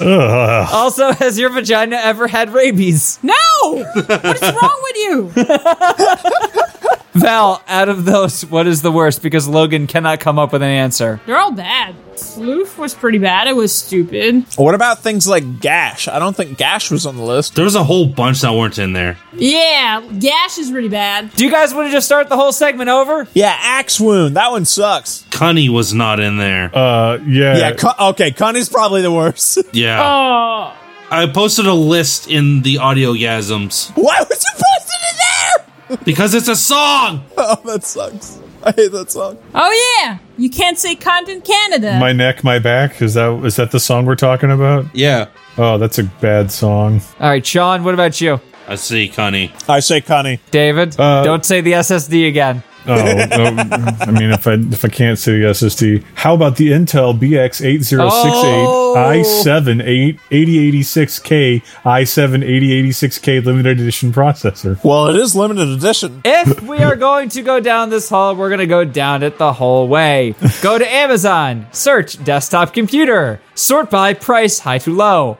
Speaker 2: Ugh.
Speaker 5: Also, has your vagina ever had rabies?
Speaker 6: No! What is wrong with you?
Speaker 5: Val, out of those, what is the worst? Because Logan cannot come up with an answer.
Speaker 6: They're all bad. Sloof was pretty bad. It was stupid.
Speaker 3: What about things like gash? I don't think gash was on the list.
Speaker 4: There was a whole bunch that weren't in there.
Speaker 6: Yeah, Gash is really bad.
Speaker 5: Do you guys want to just start the whole segment over?
Speaker 3: Yeah, axe wound. That one sucks.
Speaker 4: Cunny was not in there.
Speaker 2: Uh, yeah.
Speaker 3: Yeah, cu- okay, Connie's probably the worst.
Speaker 4: yeah.
Speaker 6: Oh,
Speaker 4: I posted a list in the audio gasms
Speaker 3: Why was you posted it there?
Speaker 4: because it's a song.
Speaker 3: Oh, that sucks. I hate that song.
Speaker 6: oh yeah. You can't say Condon Canada.
Speaker 2: my neck, my back. Is that is that the song we're talking about?
Speaker 4: Yeah.
Speaker 2: Oh, that's a bad song.
Speaker 5: All right, Sean, what about you?
Speaker 4: I see, Cunny.
Speaker 3: I say Connie.
Speaker 5: David,
Speaker 2: Uh,
Speaker 5: don't say the SSD again.
Speaker 2: Oh, no, I mean, if I if I can't say the SSD, how about the Intel BX eight zero six
Speaker 5: Oh.
Speaker 2: eight i 7 8086 K i 7 8086 K limited edition processor?
Speaker 3: Well, it is limited edition.
Speaker 5: If we are going to go down this hall, we're going to go down it the whole way. Go to Amazon, search desktop computer, sort by price high to low.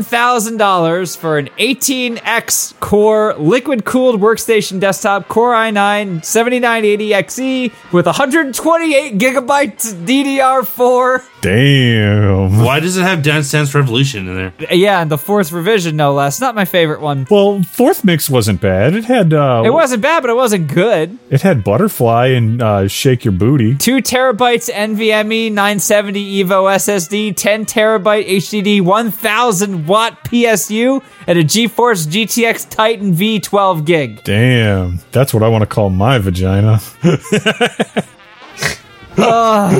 Speaker 5: $11,000 for an 18X core liquid cooled workstation desktop Core i9 7980XE E, with 128 gigabytes DDR4.
Speaker 2: Damn.
Speaker 4: Why does it have Dance Dance Revolution in there?
Speaker 5: Yeah, and the fourth revision, no less. Not my favorite one.
Speaker 2: Well, fourth mix wasn't bad. It had uh,
Speaker 5: It wasn't bad, but it wasn't good.
Speaker 2: It had butterfly and uh, shake your booty.
Speaker 5: two terabytes NVMe 970 E, Evo SSD, 10 terabyte HDD, 1000 watt PSU, and a GeForce GTX Titan V12 gig.
Speaker 2: Damn, that's what I want to call my vagina. yeah,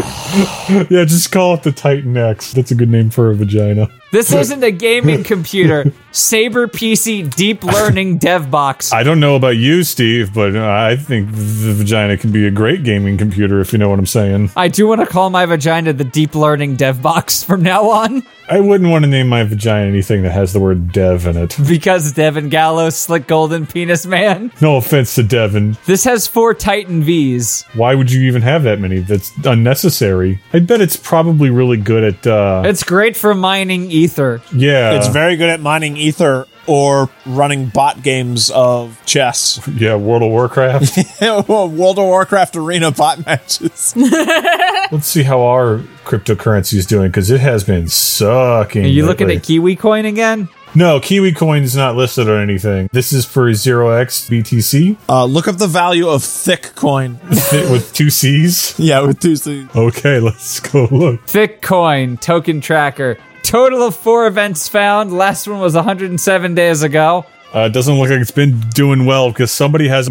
Speaker 2: just call it the Titan X. That's a good name for a vagina.
Speaker 5: This isn't a gaming computer. Saber PC Deep Learning Dev Box.
Speaker 2: I don't know about you, Steve, but I think the vagina can be a great gaming computer if you know what I'm saying.
Speaker 5: I do want to call my vagina the Deep Learning Dev Box from now on
Speaker 2: I wouldn't want to name my vagina anything that has the word dev in it.
Speaker 5: because Devin Gallo, Slick Golden Penis Man.
Speaker 2: No offense to Devin.
Speaker 5: This has four Titan Vs.
Speaker 2: Why would you even have that many? That's unnecessary. I bet it's probably really good at, uh,
Speaker 5: It's great for mining ether.
Speaker 2: yeah.
Speaker 3: It's very good at mining ether or running bot games of chess.
Speaker 2: yeah, World of Warcraft.
Speaker 3: World of Warcraft arena bot matches.
Speaker 2: Let's see how our cryptocurrency is doing because it has been sucking.
Speaker 5: Are you looking at
Speaker 2: lately.
Speaker 5: Kiwi Coin again?
Speaker 2: No, Kiwi Coin is not listed on anything. This is for 0x BTC
Speaker 3: Uh, look up the value of thick coin.
Speaker 2: fit with two C's.
Speaker 3: yeah, with two C's.
Speaker 2: Okay, let's go look.
Speaker 5: Thick coin token tracker. Total of four events found. Last one was 107 days ago.
Speaker 2: Uh, it doesn't look like it's been doing well because somebody has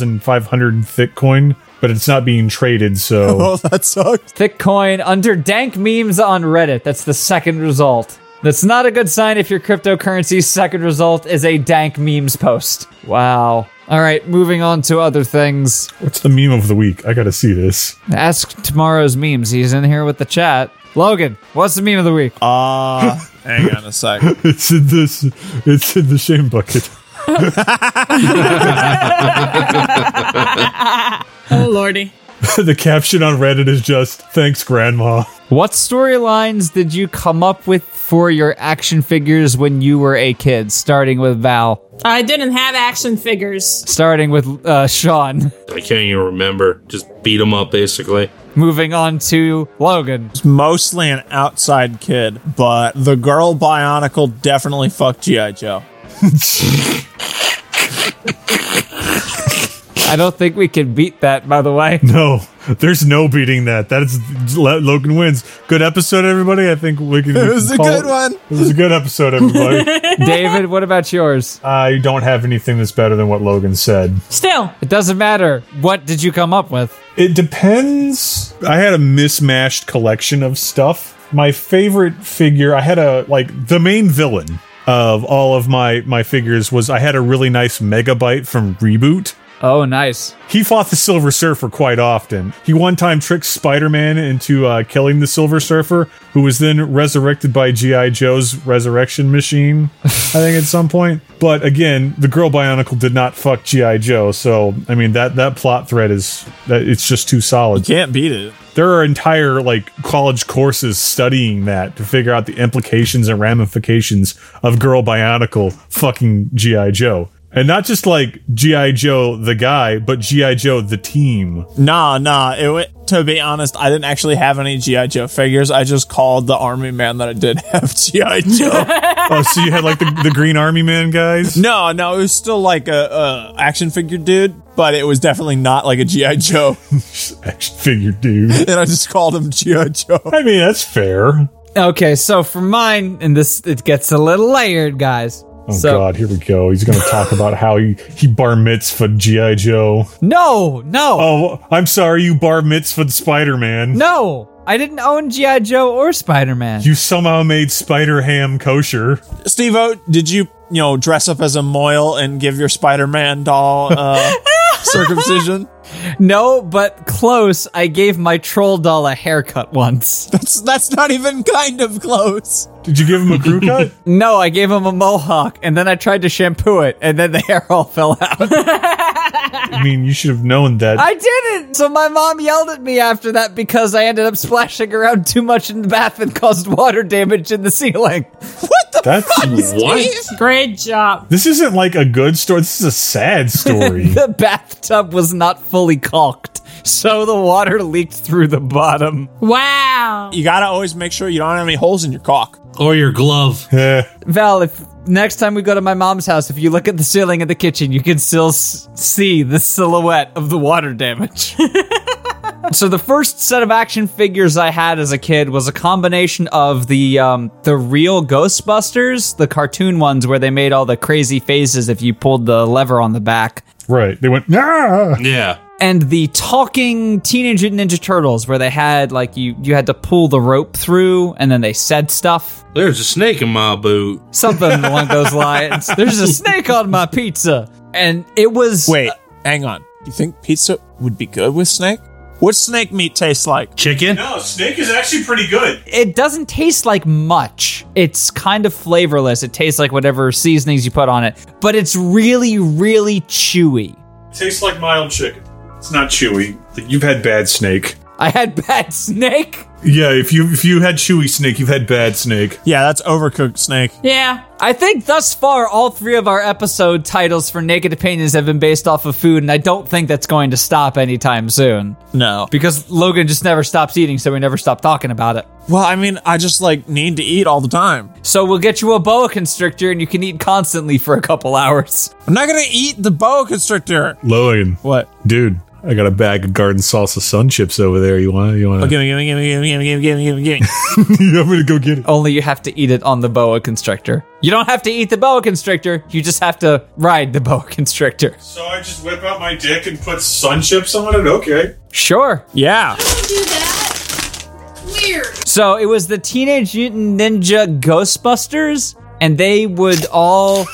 Speaker 2: 99,500 thick coin, but it's not being traded. So
Speaker 3: Oh, that sucks.
Speaker 5: Thick coin under dank memes on Reddit. That's the second result. That's not a good sign if your cryptocurrency's second result is a dank memes post. Wow. All right, moving on to other things.
Speaker 2: What's the meme of the week? I gotta see this.
Speaker 5: Ask tomorrow's memes. He's in here with the chat. Logan, what's the meme of the week?
Speaker 3: Uh, hang on a sec.
Speaker 2: It's in this. It's in the shame bucket.
Speaker 6: Oh lordy.
Speaker 2: the caption on Reddit is just "Thanks, Grandma."
Speaker 5: What storylines did you come up with for your action figures when you were a kid? Starting with Val,
Speaker 6: I didn't have action figures.
Speaker 5: starting with uh, Sean,
Speaker 4: I can't even remember. Just beat him up, basically.
Speaker 5: moving on to Logan.
Speaker 3: Mostly an outside kid, but the girl Bionicle definitely fucked G.I. Joe.
Speaker 5: I don't think we can beat that, by the way.
Speaker 2: No, there's no beating that. That is Logan wins. Good episode, everybody. I think we can.
Speaker 3: It was a good one.
Speaker 2: It was a good episode, everybody.
Speaker 5: David, what about yours?
Speaker 2: I don't have anything that's better than what Logan said.
Speaker 6: Still,
Speaker 5: It doesn't matter. What did you come up with?
Speaker 2: It depends. I had a mismatched collection of stuff. My favorite figure, I had a like the main villain of all of my my figures was I had a really nice megabyte from Reboot.
Speaker 5: Oh, nice.
Speaker 2: He fought the Silver Surfer quite often. He one time tricked Spider Man into uh, killing the Silver Surfer, who was then resurrected by G.I. Joe's resurrection machine, I think, at some point. But again, the girl Bionicle did not fuck G.I. Joe, so, I mean, that, that plot thread is, that it's just too solid.
Speaker 3: Can't beat it.
Speaker 2: There are entire, like, college courses studying that to figure out the implications and ramifications of girl Bionicle fucking G.I. Joe. And not just like G.I. Joe the guy, but G.I. Joe the team.
Speaker 3: Nah, nah. It wa- to be honest, I didn't actually have any GI Joe figures. I just called the army man that I did have GI Joe.
Speaker 2: Oh, so you had like the, the Green Army Man guys?
Speaker 3: no, no, it was still like a, a action figure dude, but it was definitely not like a GI Joe.
Speaker 2: Action figure dude.
Speaker 3: and I just called him GI Joe.
Speaker 2: I mean, that's fair.
Speaker 5: Okay, so for mine, and this it gets a little layered, guys.
Speaker 2: Oh
Speaker 5: so
Speaker 2: God, here we go. He's going to talk about how he, he bar mitzvahed G.I. Joe.
Speaker 5: no, no,
Speaker 2: Oh, I'm sorry, you bar mitzvahed Spider Man.
Speaker 5: no. I didn't own GI Joe or Spider Man.
Speaker 2: You somehow made Spider Ham kosher.
Speaker 3: Steve O, did you you know dress up as a Moyle and give your Spider Man doll uh, circumcision?
Speaker 5: No, but close. I gave my troll doll a haircut once.
Speaker 3: That's that's not even kind of close.
Speaker 2: Did you give him a crew cut?
Speaker 5: No, I gave him a mohawk, and then I tried to shampoo it, and then the hair all fell out.
Speaker 2: I mean, you should have known that.
Speaker 5: I didn't. So my mom yelled at me after that because I ended up splashing around too much in the bath and caused water damage in the ceiling.
Speaker 2: That's.
Speaker 4: What?
Speaker 6: great job.
Speaker 2: This isn't like a good story. This is a sad story.
Speaker 5: The bathtub was not fully caulked, so the water leaked through the bottom.
Speaker 6: Wow.
Speaker 3: You gotta always make sure you don't have any holes in your cock.
Speaker 4: Or your glove.
Speaker 2: Eh,
Speaker 5: Val, if next time we go to my mom's house, if you look at the ceiling in the kitchen, you can still s- see the silhouette of the water damage. so the first set of action figures I had as a kid was a combination of the um, the real Ghostbusters, the cartoon ones where they made all the crazy faces if you pulled the lever on the back.
Speaker 2: right. They went, nah.
Speaker 4: Yeah.
Speaker 5: and the talking teenage ninja turtles where they had like you you had to pull the rope through and then they said stuff
Speaker 4: There's a snake in my boot.
Speaker 5: something along those lines there's a snake on my pizza and it was
Speaker 3: Wait, hang on. You think pizza would be good with snake? What's snake meat taste like?
Speaker 4: Chicken?
Speaker 2: No, Snake is actually pretty good.
Speaker 5: it doesn't taste like much it's kind of flavorless it tastes like whatever seasonings you put on it but it's really really chewy
Speaker 2: tastes like mild chicken. It's not chewy. You've had bad snake.
Speaker 5: i had bad snake
Speaker 2: Yeah, if you if you had chewy snake, you've had bad snake.
Speaker 3: Yeah, that's overcooked snake.
Speaker 6: Yeah.
Speaker 5: I think thus far all three of our episode titles for Naked Opinions have been based off of food, and I don't think that's going to stop anytime soon.
Speaker 3: No.
Speaker 5: Because Logan just never stops eating, so we never stop talking about it.
Speaker 3: Well, I mean, I just like need to eat all the time.
Speaker 5: So we'll get you a boa constrictor and you can eat constantly for a couple hours.
Speaker 3: I'm not gonna eat the boa constrictor.
Speaker 2: Logan,
Speaker 3: What?
Speaker 2: dude, I got a bag of garden salsa sun chips over there. You want? You want?
Speaker 3: Gimme, gimme, gimme, gimme, gimme, gimme, gimme, gimme, gimme.
Speaker 2: I'm gonna go get it.
Speaker 5: Only you have to eat it on the boa constrictor. You don't have to eat the boa constrictor, you just have to ride the boa constrictor.
Speaker 2: So I just whip out my dick and put sun chips on it. Okay.
Speaker 5: Sure.
Speaker 3: yeah.
Speaker 6: Do that. Weird.
Speaker 5: So it was the Teenage Mutant Ninja Ghostbusters, and they would all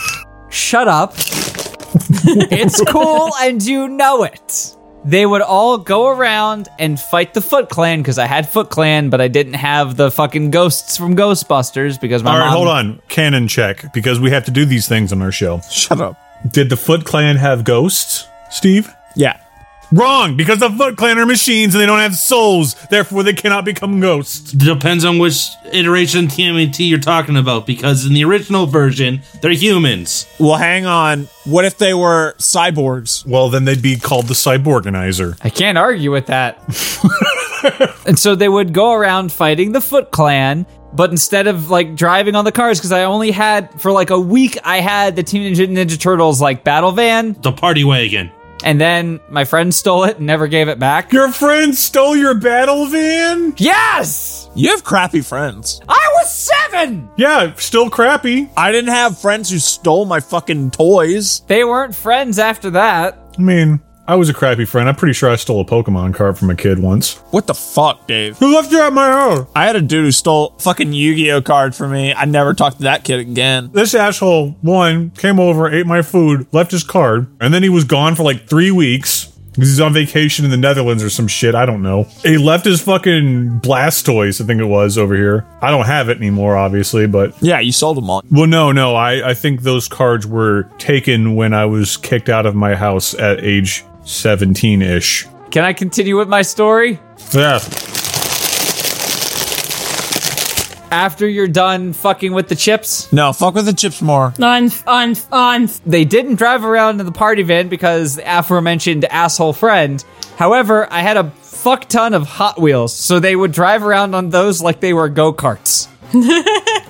Speaker 5: shut up. It's cool and you know it. They would all go around and fight the Foot Clan because I had Foot Clan, but I didn't have the fucking ghosts from Ghostbusters because my
Speaker 2: All right,
Speaker 5: mom.
Speaker 2: hold on. Canon check because we have to do these things on our show.
Speaker 3: Shut up.
Speaker 2: Did the Foot Clan have ghosts, Steve?
Speaker 3: Yeah.
Speaker 2: Wrong, because the Foot Clan are machines and they don't have souls. Therefore, they cannot become ghosts.
Speaker 4: Depends on which iteration TMNT you're talking about, because in the original version, they're humans.
Speaker 3: Well, hang on. What if they were cyborgs?
Speaker 2: Well, then they'd be called the Cyborganizer.
Speaker 5: I can't argue with that. and so they would go around fighting the Foot Clan, but instead of like driving on the cars, because I only had for like a week, I had the Teenage Ninja Turtles like battle van,
Speaker 4: The party wagon.
Speaker 5: and then my friend stole it and never gave it back.
Speaker 2: Your friend stole your battle van?
Speaker 5: Yes!
Speaker 3: You have crappy friends.
Speaker 5: I was seven!
Speaker 2: Yeah, still crappy.
Speaker 3: I didn't have friends who stole my fucking toys.
Speaker 5: They weren't friends after that.
Speaker 2: I mean, I was a crappy friend. I'm pretty sure I stole a Pokemon card from a kid once.
Speaker 3: What the fuck, Dave?
Speaker 2: Who left you at my house?
Speaker 3: I had a dude who stole fucking Yu-Gi-Oh card from me. I never talked to that kid again.
Speaker 2: This asshole, one, came over, ate my food, left his card, and then he was gone for like three weeks. 'Cause He's on vacation in the Netherlands or some shit. I don't know. He left his fucking Blastoise, I think it was, over here. I don't have it anymore, obviously, but.
Speaker 3: Yeah, you sold them all.
Speaker 2: Well, no, no. I, I think those cards were taken when I was kicked out of my house at age 17 ish.
Speaker 5: Can I continue with my story?
Speaker 2: Yeah.
Speaker 5: After you're done fucking with the chips,
Speaker 3: No, fuck with the chips more.
Speaker 6: On, on, on.
Speaker 5: they didn't drive around in the party van because the aforementioned asshole friend. However, I had a fuck ton of Hot Wheels, so they would drive around on those like they were go karts.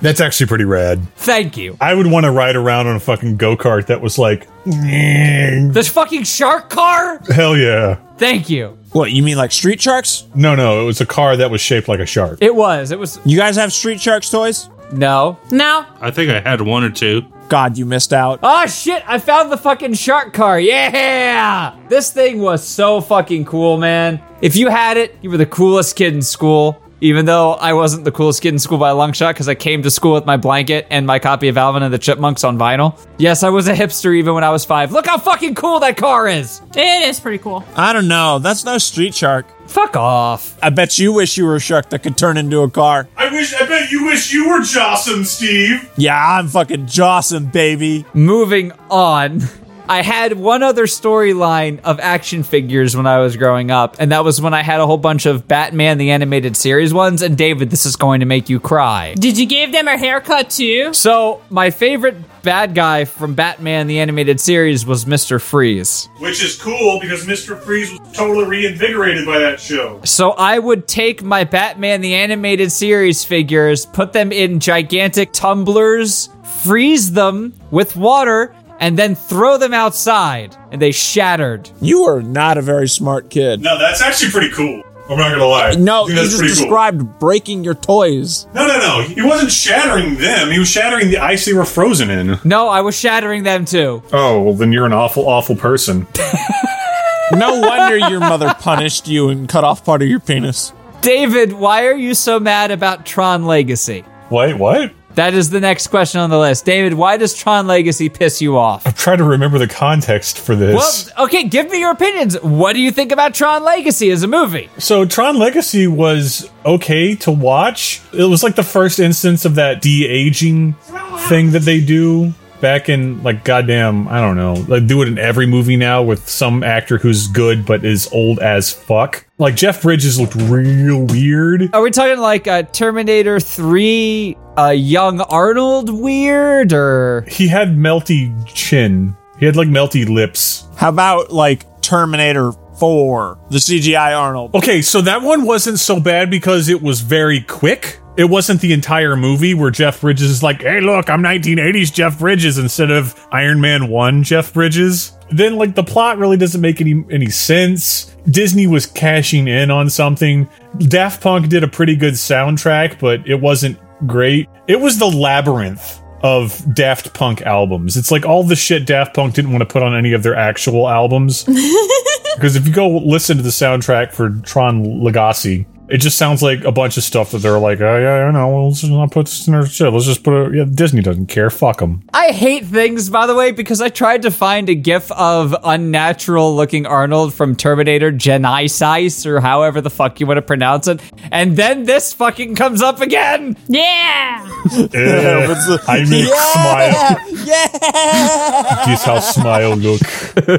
Speaker 2: That's actually pretty rad.
Speaker 5: Thank you.
Speaker 2: I would want to ride around on a fucking go kart that was like,
Speaker 5: This fucking shark car?
Speaker 2: hell yeah.
Speaker 5: Thank you.
Speaker 3: What, you mean like street sharks?
Speaker 2: No, no. It was a car that was shaped like a shark.
Speaker 5: It was. It was.
Speaker 3: You guys have street sharks toys?
Speaker 5: No.
Speaker 6: No.
Speaker 4: I think I had one or two.
Speaker 3: God, you missed out.
Speaker 5: Ah, shit. I found the fucking shark car. Yeah. This thing was so fucking cool, man. If you had it, you were the coolest kid in school. Even though I wasn't the coolest kid in school by a long shot because I came to school with my blanket and my copy of Alvin and the Chipmunks on vinyl. Yes, I was a hipster even when I was five. Look how fucking cool that car is.
Speaker 6: It is pretty cool.
Speaker 3: I don't know. That's no street shark.
Speaker 5: Fuck off.
Speaker 3: I bet you wish you were a shark that could turn into a car.
Speaker 2: I wish. I bet you wish you were Jocelyn, Steve.
Speaker 3: Yeah, I'm fucking Jocelyn, baby.
Speaker 5: Moving on. I had one other storyline of action figures when I was growing up, and that was when I had a whole bunch of Batman the Animated Series ones. And David, this is going to make you cry.
Speaker 6: Did you give them a haircut too?
Speaker 5: So, my favorite bad guy from Batman the Animated Series was Mr. Freeze.
Speaker 2: Which is cool because Mr. Freeze was totally reinvigorated by that show.
Speaker 5: So, I would take my Batman the Animated Series figures, put them in gigantic tumblers, freeze them with water, and then throw them outside, and they shattered.
Speaker 3: You are not a very smart kid.
Speaker 2: No, that's actually pretty cool. I'm not gonna lie. I
Speaker 3: No, you
Speaker 2: think that's
Speaker 3: just
Speaker 2: pretty cool.
Speaker 3: described breaking your toys.
Speaker 2: No, no, no. He wasn't shattering them. He was shattering the ice they were frozen in.
Speaker 5: No, I was shattering them too.
Speaker 2: Oh, well, then you're an awful, awful person.
Speaker 3: No wonder your mother punished you and cut off part of your penis.
Speaker 5: David, why are you so mad about Tron Legacy?
Speaker 2: Wait, what?
Speaker 5: That is the next question on the list. David, why does Tron Legacy piss you off?
Speaker 2: Try to remember the context for this.
Speaker 5: Well, okay, give me your opinions. What do you think about Tron Legacy as a movie?
Speaker 2: So Tron Legacy was okay to watch. It was like the first instance of that de aging thing that they do back in like goddamn I don't know. They do it in every movie now with some actor who's good but is old as fuck. Like Jeff Bridges looked real weird.
Speaker 5: Are we talking like uh, Terminator 3, uh, young Arnold weird, or
Speaker 2: He had melty chin. He had like melty lips.
Speaker 3: How about like Terminator 4, the CGI Arnold?
Speaker 2: Okay, so that one wasn't so bad because it was very quick. It wasn't the entire movie where Jeff Bridges is like, hey, look, I'm 1980s Jeff Bridges instead of Iron Man 1 Jeff Bridges. Then, like, the plot really doesn't make any, any sense. Disney was cashing in on something. Daft Punk did a pretty good soundtrack, but it wasn't great. It was the labyrinth of Daft Punk albums. It's like all the shit Daft Punk didn't want to put on any of their actual albums. Because if you go listen to the soundtrack for Tron Legacy, It just sounds like a bunch of stuff that they're like, oh, yeah, I know. Well, let's not put this in our shit. Let's just put it. Yeah, Disney doesn't care. Fuck them.
Speaker 5: I hate things, by the way, because I tried to find a gif of unnatural looking Arnold from Terminator Genisice, or however the fuck you want to pronounce it, and then this fucking comes up again!
Speaker 6: Yeah.
Speaker 2: I make smile. This how smile look.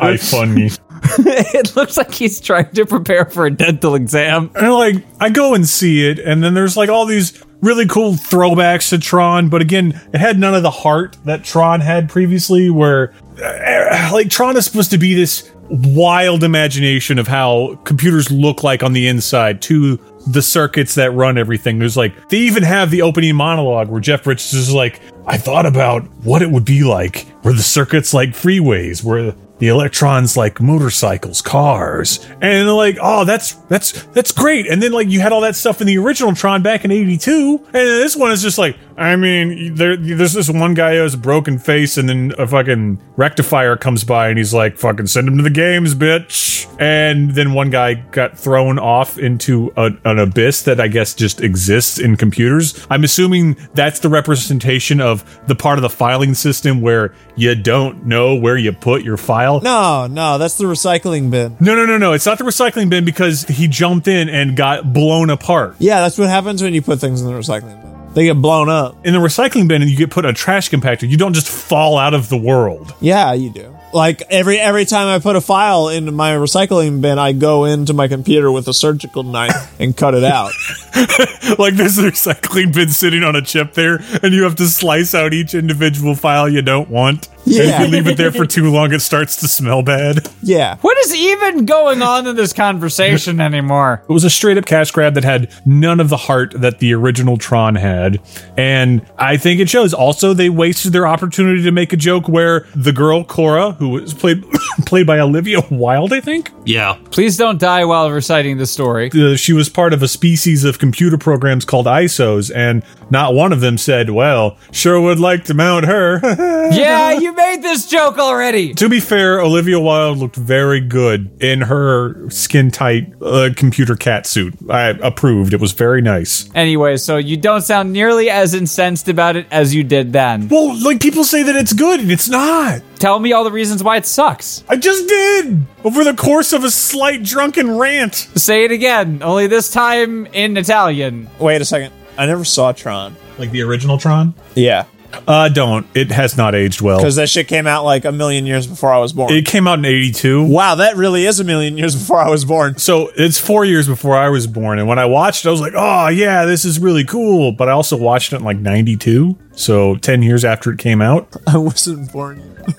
Speaker 2: I funny.
Speaker 5: it looks like he's trying to prepare for a dental exam.
Speaker 2: And like, I go and see it, and then there's like all these really cool throwbacks to Tron, but again, it had none of the heart that Tron had previously, where uh, like Tron is supposed to be this wild imagination of how computers look like on the inside to the circuits that run everything. There's like they even have the opening monologue where Jeff Bridges is like, I thought about what it would be like were the circuits like freeways, where the electrons like motorcycles, cars, and like, oh, that's that's that's great. And then like you had all that stuff in the original Tron back in '82, and then this one is just like, I mean, there, there's this one guy who has a broken face, and then a fucking rectifier comes by, and he's like, fucking send him to the games, bitch. And then one guy got thrown off into a, an abyss that I guess just exists in computers. I'm assuming that's the representation of the part of the filing system where you don't know where you put your file.
Speaker 7: No, no, that's the recycling bin.
Speaker 2: No, no, no, no. It's not the recycling bin because he jumped in and got blown apart.
Speaker 7: Yeah, that's what happens when you put things in the recycling bin. They get blown up.
Speaker 2: In the recycling bin, you get put in a trash compactor. You don't just fall out of the world.
Speaker 7: Yeah, you do. Like every every time I put a file into my recycling bin, I go into my computer with a surgical knife and cut it out.
Speaker 2: like there's a recycling bin sitting on a chip there, and you have to slice out each individual file you don't want. And if
Speaker 7: Yeah.
Speaker 2: you leave it there for too long, it starts to smell bad. It
Speaker 7: Yeah.
Speaker 5: What is even going on in this conversation anymore?
Speaker 2: was a straight up cash grab that had none of the heart that the original Tron had. And I think it shows. Also, they wasted their opportunity to make a joke where the girl Cora, who was played played by Olivia Wilde, I think,
Speaker 4: Yeah.
Speaker 5: Please don't die while reciting the story.
Speaker 2: uh, she was part of a species of computer programs called ISOs, and not one of them said, "Well, sure would like to mount her."
Speaker 5: Yeah, you made this joke already!
Speaker 2: to be fair, Olivia Wilde looked very good in her skin tight uh, computer cat suit. I approved; it was very nice.
Speaker 5: Anyway, so you don't sound nearly as incensed about it as you did then.
Speaker 2: Well, like people say that it's good, and it's not.
Speaker 5: Tell me all the reasons why it sucks.
Speaker 2: I just did over the course of a slight drunken rant.
Speaker 5: Say it again, only this time in Italian.
Speaker 7: Wait a second. I never saw Tron.
Speaker 2: Like the original Tron.
Speaker 7: Yeah.
Speaker 2: Uh, don't. It has not aged well.
Speaker 7: Because that shit came out like a million years before I was born.
Speaker 2: It came out in '82.
Speaker 7: wow, that really is a million years before I was born.
Speaker 2: so it's four years before I was born, and when I watched it, I was like, "Oh yeah, this is really cool." But I also watched it in like '92, so ten years after it came out.
Speaker 7: I wasn't born yet.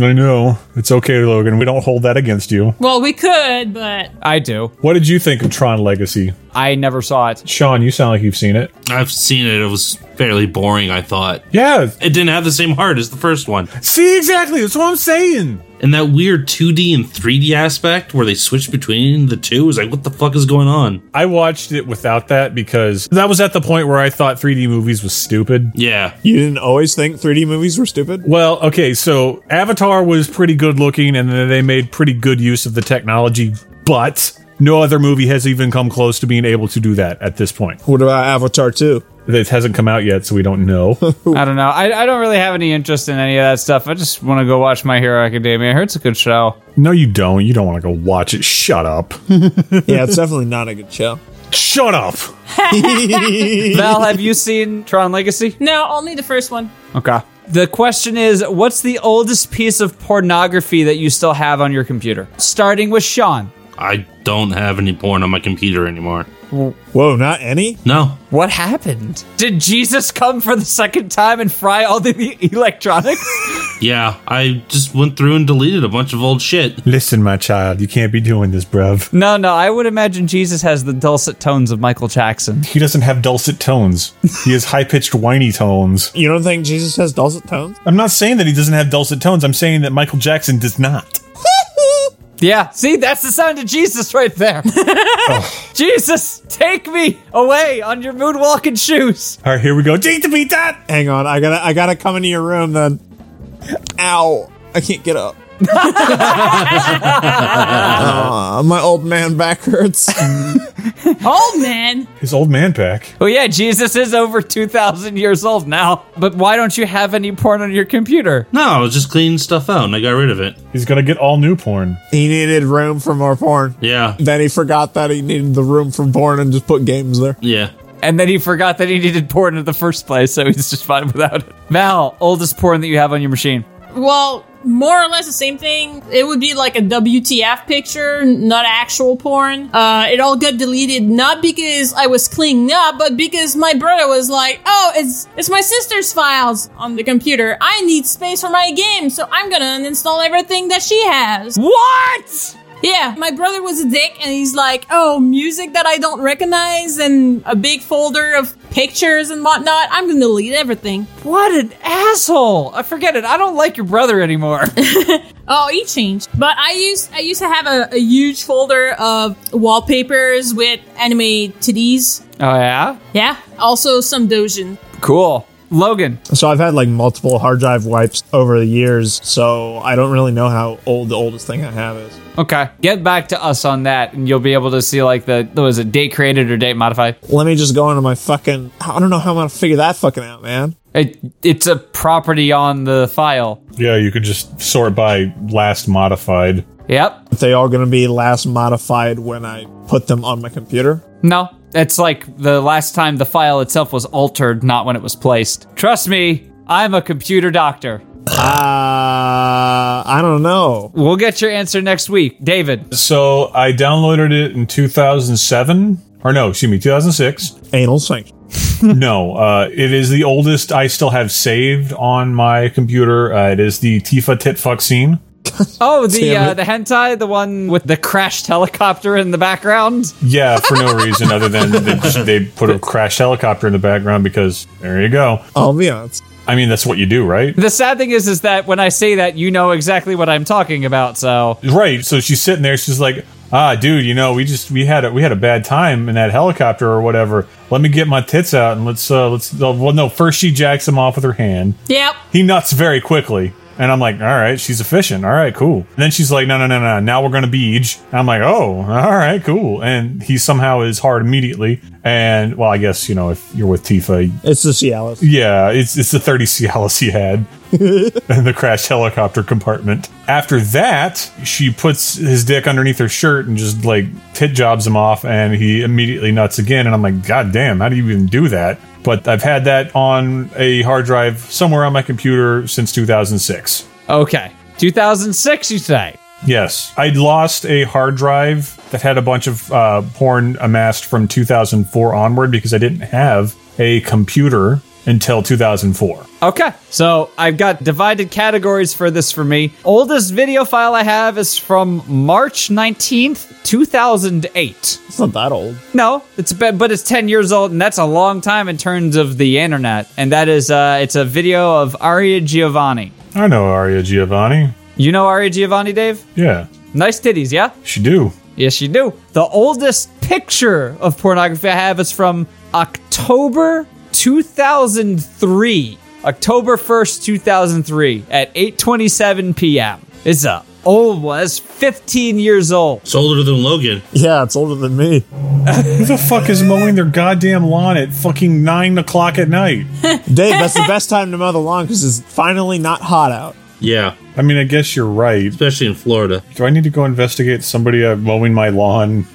Speaker 2: I know it's okay, Logan. We don't hold that against you.
Speaker 6: Well, we could, but
Speaker 5: I do.
Speaker 2: What did you think of Tron Legacy,
Speaker 5: I never saw it.
Speaker 2: Sean? You sound like you've seen it.
Speaker 4: I've seen it. It was fairly boring, I thought.
Speaker 2: Yeah.
Speaker 4: It didn't have the same heart as the first one.
Speaker 2: See, exactly. That's what I'm saying.
Speaker 4: And that weird 2D and 3D aspect where they switch between the two is like, what the fuck is going on?
Speaker 2: I watched it without that because that was at the point where I thought 3D movies was stupid.
Speaker 4: Yeah.
Speaker 7: You didn't always think 3D movies were stupid?
Speaker 2: Well, okay, so Avatar was pretty good looking, and they made pretty good use of the technology, but no other movie has even come close to being able to do that at this point.
Speaker 7: What about Avatar 2?
Speaker 2: It hasn't come out yet, so we don't know.
Speaker 5: I don't know. I, I don't really have any interest in any of that stuff. I just want to go watch My Hero Academia. I heard it's a good show.
Speaker 2: no, you don't. You don't want to go watch it. Shut up.
Speaker 7: Yeah, it's definitely not a good show.
Speaker 2: Shut up.
Speaker 5: Val, have you seen Tron Legacy?
Speaker 6: no, only the first one.
Speaker 5: Okay. The question is what's the oldest piece of pornography that you still have on your computer? Starting with Sean.
Speaker 4: I don't have any porn on my computer anymore.
Speaker 7: Whoa, not any?
Speaker 4: No.
Speaker 5: What happened? Did Jesus come for the second time and fry all the electronics?
Speaker 4: Yeah. I just went through and deleted a bunch of old shit.
Speaker 2: Listen, my child, you can't be doing this, bruv.
Speaker 5: no, no. I would imagine Jesus has the dulcet tones of Michael Jackson.
Speaker 2: He doesn't have dulcet tones. He has high pitched whiny tones.
Speaker 7: You don't think Jesus has dulcet tones?
Speaker 2: I'm not saying that he doesn't have dulcet tones. I'm saying that Michael Jackson does not.
Speaker 5: Yeah, see, that's the sound of Jesus right there. Jesus, take me away on your moonwalking shoes.
Speaker 2: All right, here we go. Date to beat that.
Speaker 7: Hang on, I gotta I gotta come into your room then. Ow. I can't get up. Uh, my old man back hurts.
Speaker 6: Old man.
Speaker 2: His old man pack.
Speaker 5: Well, yeah, Jesus is over 2,000 years old now, but why don't you have any porn on your computer?
Speaker 4: No, I was just cleaning stuff out and I got rid of it.
Speaker 2: He's gonna get all new porn.
Speaker 7: he needed room for more porn.
Speaker 4: Yeah.
Speaker 7: Then he forgot that he needed the room for porn and just put games there.
Speaker 4: Yeah.
Speaker 5: And then he forgot that he needed porn in the first place, so he's just fine without it. Mal, oldest porn that you have on your machine.
Speaker 6: Well, more or less the same thing. It would be like a WTF picture, not actual porn. Uh, it all got deleted not because I was cleaning up, but because my brother was like, "Oh, it's it's my sister's files on the computer. I need space for my game, so I'm gonna uninstall everything that she has."
Speaker 5: What?
Speaker 6: Yeah, my brother was a dick, and he's like, "Oh, music that I don't recognize, and a big folder of pictures and whatnot. I'm gonna delete everything."
Speaker 5: What an asshole. I forget it. I don't like your brother anymore.
Speaker 6: Oh, he changed. But I used I used to have a, a huge folder of wallpapers with anime titties.
Speaker 5: oh, yeah?
Speaker 6: Yeah. Also some dojin.
Speaker 5: Cool. Logan,
Speaker 7: So I've had like multiple hard drive wipes over the years, so I don't really know how old the oldest thing I have is.
Speaker 5: Okay. Get back to us on that, and you'll be able to see like the was it date created or date modified.
Speaker 7: Let me just go into my fucking. I don't know how I'm gonna figure that fucking out, man.
Speaker 5: It it's a property on the file.
Speaker 2: Yeah, you could just sort by last modified.
Speaker 5: Yep.
Speaker 7: Are they all gonna be last modified when I put them on my computer?
Speaker 5: No. It's like the last time the file itself was altered, not when it was placed. Trust me, I'm a computer doctor.
Speaker 7: Uh, I don't know.
Speaker 5: We'll get your answer next week. David.
Speaker 2: So I downloaded it in 2007, or no, excuse me, 2006.
Speaker 7: Anal sanction.
Speaker 2: no, uh, it is the oldest I still have saved on my computer. Uh, it is the Tifa tit fuck scene.
Speaker 5: Oh, the
Speaker 7: Damn
Speaker 5: uh,
Speaker 7: it.
Speaker 5: the hentai, the one with the crashed helicopter in the background.
Speaker 2: Yeah, for no reason other than they, just, they put a crash helicopter in the background because there you go.
Speaker 7: I'll be honest.
Speaker 2: I mean, that's what you do, right?
Speaker 5: The sad thing is, is that when I say that, you know exactly what I'm talking about. So
Speaker 2: Right. So she's sitting there. She's like, "Ah, dude, you know, we just we had a, we had a bad time in that helicopter or whatever. Let me get my tits out and let's uh, let's well, no. First, she jacks him off with her hand.
Speaker 6: Yep.
Speaker 2: He nuts very quickly." And I'm like, all right, she's efficient. All right, cool. And then she's like, no, no, no, no. Now we're going to beach. And I'm like, oh, all right, cool. And he somehow is hard immediately. And well, I guess, you know, if you're with Tifa,
Speaker 7: It's the Cialis.
Speaker 2: yeah, it's it's the 30 Cialis he had in the crashed helicopter compartment. After that, she puts his dick underneath her shirt and just like tit jobs him off, and he immediately nuts again. And I'm like, God damn, how do you even do that? But I've had that on a hard drive somewhere on my computer since 2006.
Speaker 5: okay, 2006, you say?
Speaker 2: Yes, I'd lost a hard drive that had a bunch of uh, porn amassed from 2004 onward because I didn't have a computer until 2004.
Speaker 5: Okay. So I've got divided categories for this for me. Oldest video file I have is from March 19th, 2008.
Speaker 7: It's not that old.
Speaker 5: No, it's a bit- but it's 10 years old and that's a long time in terms of the internet. And that is uh it's a video of Aria Giovanni.
Speaker 2: I know Aria Giovanni.
Speaker 5: You know Aria Giovanni, Dave?
Speaker 2: Yeah,
Speaker 5: Nice titties, yeah?
Speaker 2: she do.
Speaker 5: Yes, you do. The oldest picture of pornography I have is from October 2003. October 1st, 2003 at 8:27 p.m. It's a old one. It's 15 years old.
Speaker 4: It's older than Logan.
Speaker 7: Yeah, it's older than me.
Speaker 2: Who the fuck is mowing their goddamn lawn at fucking nine o'clock at night?
Speaker 7: Dave, that's the best time to mow the lawn because it's finally not hot out.
Speaker 4: Yeah.
Speaker 2: I mean, I guess you're right.
Speaker 4: Especially in Florida.
Speaker 2: Do I need to go investigate somebody uh, mowing my lawn?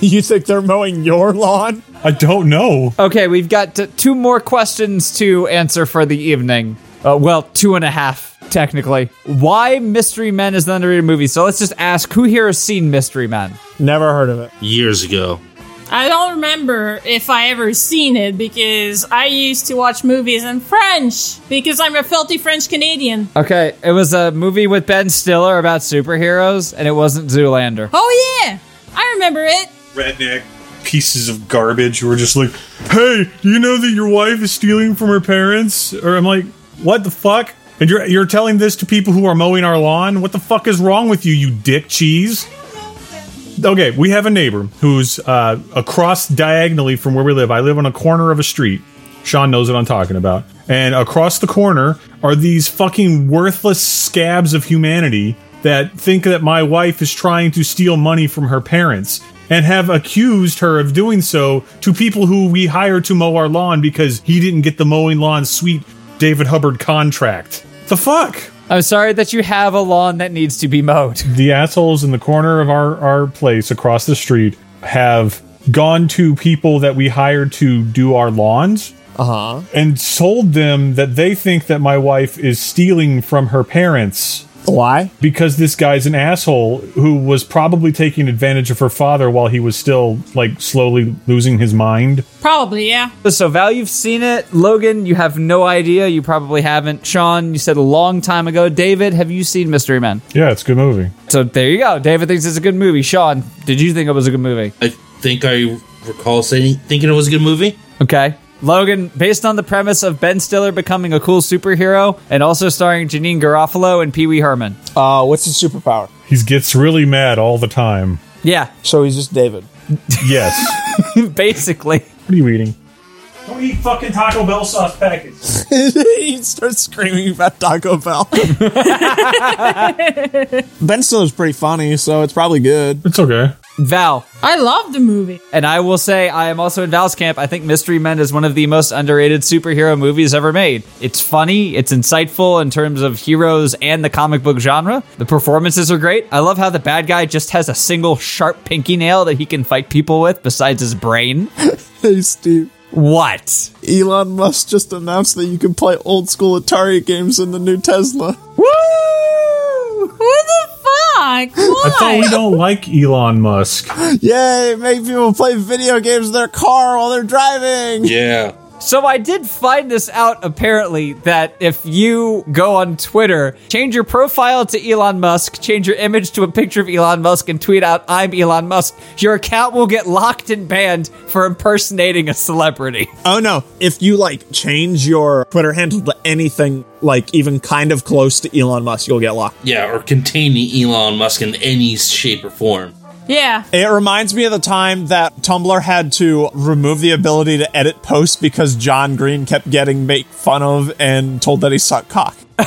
Speaker 7: You think they're mowing your lawn?
Speaker 2: I don't know.
Speaker 5: Okay, we've got t- two more questions to answer for the evening. Uh, well, two and a half technically. Why Mystery Men is an underrated movie? So let's just ask who here has seen Mystery Men.
Speaker 7: Never heard of it.
Speaker 4: Years ago.
Speaker 6: I don't remember if I ever seen it because I used to watch movies in French because I'm a filthy French Canadian.
Speaker 5: Okay, it was a movie with Ben Stiller about superheroes, and it wasn't Zoolander.
Speaker 6: Oh yeah, I remember it.
Speaker 2: Redneck pieces of garbage who are just like, "Hey, do you know that your wife is stealing from her parents?" Or I'm like, "What the fuck?" And you're you're telling this to people who are mowing our lawn? What the fuck is wrong with you, you dick cheese? okay, we have a neighbor who's uh, across diagonally from where we live. I live on a corner of a street. Sean knows what I'm talking about. And across the corner are these fucking worthless scabs of humanity that think that my wife is trying to steal money from her parents and have accused her of doing so to people who we hired to mow our lawn because he didn't get the mowing lawn sweet David Hubbard contract. The fuck?
Speaker 5: I'm sorry that you have a lawn that needs to be mowed.
Speaker 2: the assholes in the corner of our, our place across the street have gone to people that we hired to do our lawns uh-huh. and told them that they think that my wife is stealing from her parents
Speaker 3: Why?
Speaker 2: because this guy's an asshole who was probably taking advantage of her father while he was still like slowly losing his mind
Speaker 6: Probably, yeah.
Speaker 5: So Val, you've seen it. Logan, you have no idea. You probably haven't. Sean, you said a long time ago. David, have you seen Mystery Men?
Speaker 2: yeah it's a good movie
Speaker 5: So there you go. David thinks it's a good movie. Sean, did you think it was a good movie?
Speaker 4: I think I recall saying thinking it was a good movie.
Speaker 5: Okay. Logan, based on the premise of Ben Stiller becoming a cool superhero and also starring Janine Garofalo and Pee Wee Herman.
Speaker 3: Uh, what's his superpower?
Speaker 2: he gets really mad all the time
Speaker 5: Yeah,
Speaker 3: So he's just David.
Speaker 2: yes
Speaker 5: basically.
Speaker 2: what are you eating
Speaker 8: Don't eat fucking Taco Bell sauce package.
Speaker 3: he starts screaming about Taco Bell. ben Stiller's pretty funny, so it's probably good.
Speaker 2: it's okay
Speaker 5: Val,
Speaker 6: I love the movie.
Speaker 5: and I will say I am also in Val's camp. I think Mystery Men is one of the most underrated superhero movies ever made. It's funny, it's insightful in terms of heroes and the comic book genre. The performances are great. I love how the bad guy just has a single sharp pinky nail that he can fight people with besides his brain.
Speaker 3: Hey, Steve.
Speaker 5: What?
Speaker 3: Elon Musk just announced that you can play old school Atari games in the new Tesla.
Speaker 6: Who the fuck?
Speaker 2: i thought we
Speaker 6: Why?
Speaker 2: don't like elon musk
Speaker 3: Yay, make people play video games in their car while they're driving.
Speaker 4: Yeah.
Speaker 5: So I did find this out apparently that if you go on Twitter, change your profile to Elon Musk, change your image to a picture of Elon Musk, and tweet out, I'm Elon Musk, your account will get locked and banned for impersonating a celebrity.
Speaker 3: Oh no, if you like change your Twitter handle to anything like even kind of close to Elon Musk, you'll get locked.
Speaker 4: Yeah, or containing Elon Musk in any shape or form.
Speaker 6: Yeah.
Speaker 3: It reminds me of the time that Tumblr had to remove the ability to edit posts because John Green kept getting made fun of and told that he sucked cock.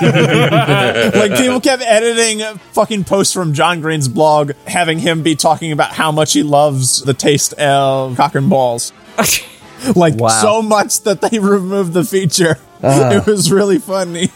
Speaker 3: like people kept editing fucking posts from John Green's blog, having him be talking about how much he loves the taste of cock and balls. Like
Speaker 5: Wow.
Speaker 3: so much that they removed the feature. It was really funny.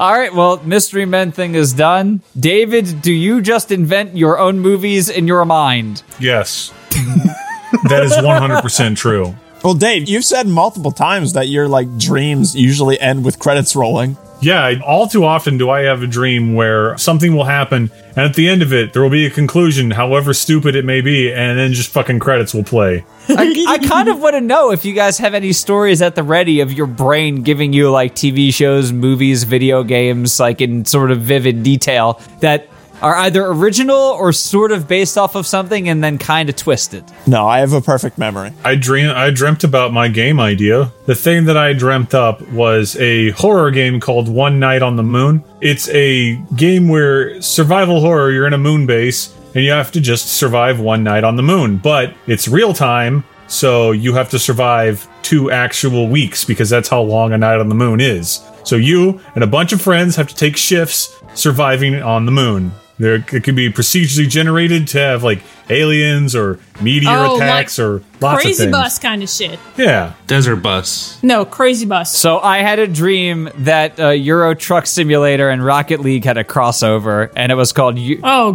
Speaker 5: All right, well, Mystery Men thing is done. David, do you just invent your own movies in your mind?
Speaker 2: Yes. that is 100% true.
Speaker 3: Well, Dave, you've said multiple times that your like dreams usually end with credits rolling.
Speaker 2: Yeah, I- all too often do I have a dream where something will happen, and at the end of it, there will be a conclusion, however stupid it may be, and then just fucking credits will play.
Speaker 5: I, I kind of want to know if you guys have any stories at the ready of your brain giving you like TV shows, movies, video games, like in sort of vivid detail that are either original or sort of based off of something and then kind of twisted.
Speaker 3: No, I have a perfect memory.
Speaker 2: I dream I dreamt about my game idea. The thing that I dreamt up was a horror game called One Night on the Moon. It's a game where survival horror, you're in a moon base and you have to just survive one night on the moon, but it's real time, so you have to survive two actual weeks because that's how long a night on the moon is. So you and a bunch of friends have to take shifts surviving on the moon. There, it can be procedurally generated to have like aliens or meteor
Speaker 6: Oh, like
Speaker 2: attacks or lots of
Speaker 6: Crazy
Speaker 2: things.
Speaker 6: bus kind of shit.
Speaker 2: Yeah.
Speaker 4: Desert bus.
Speaker 6: No, crazy bus.
Speaker 5: So I had a dream that uh, Euro Truck Simulator and Rocket League had a crossover and it was called Eu-
Speaker 6: Oh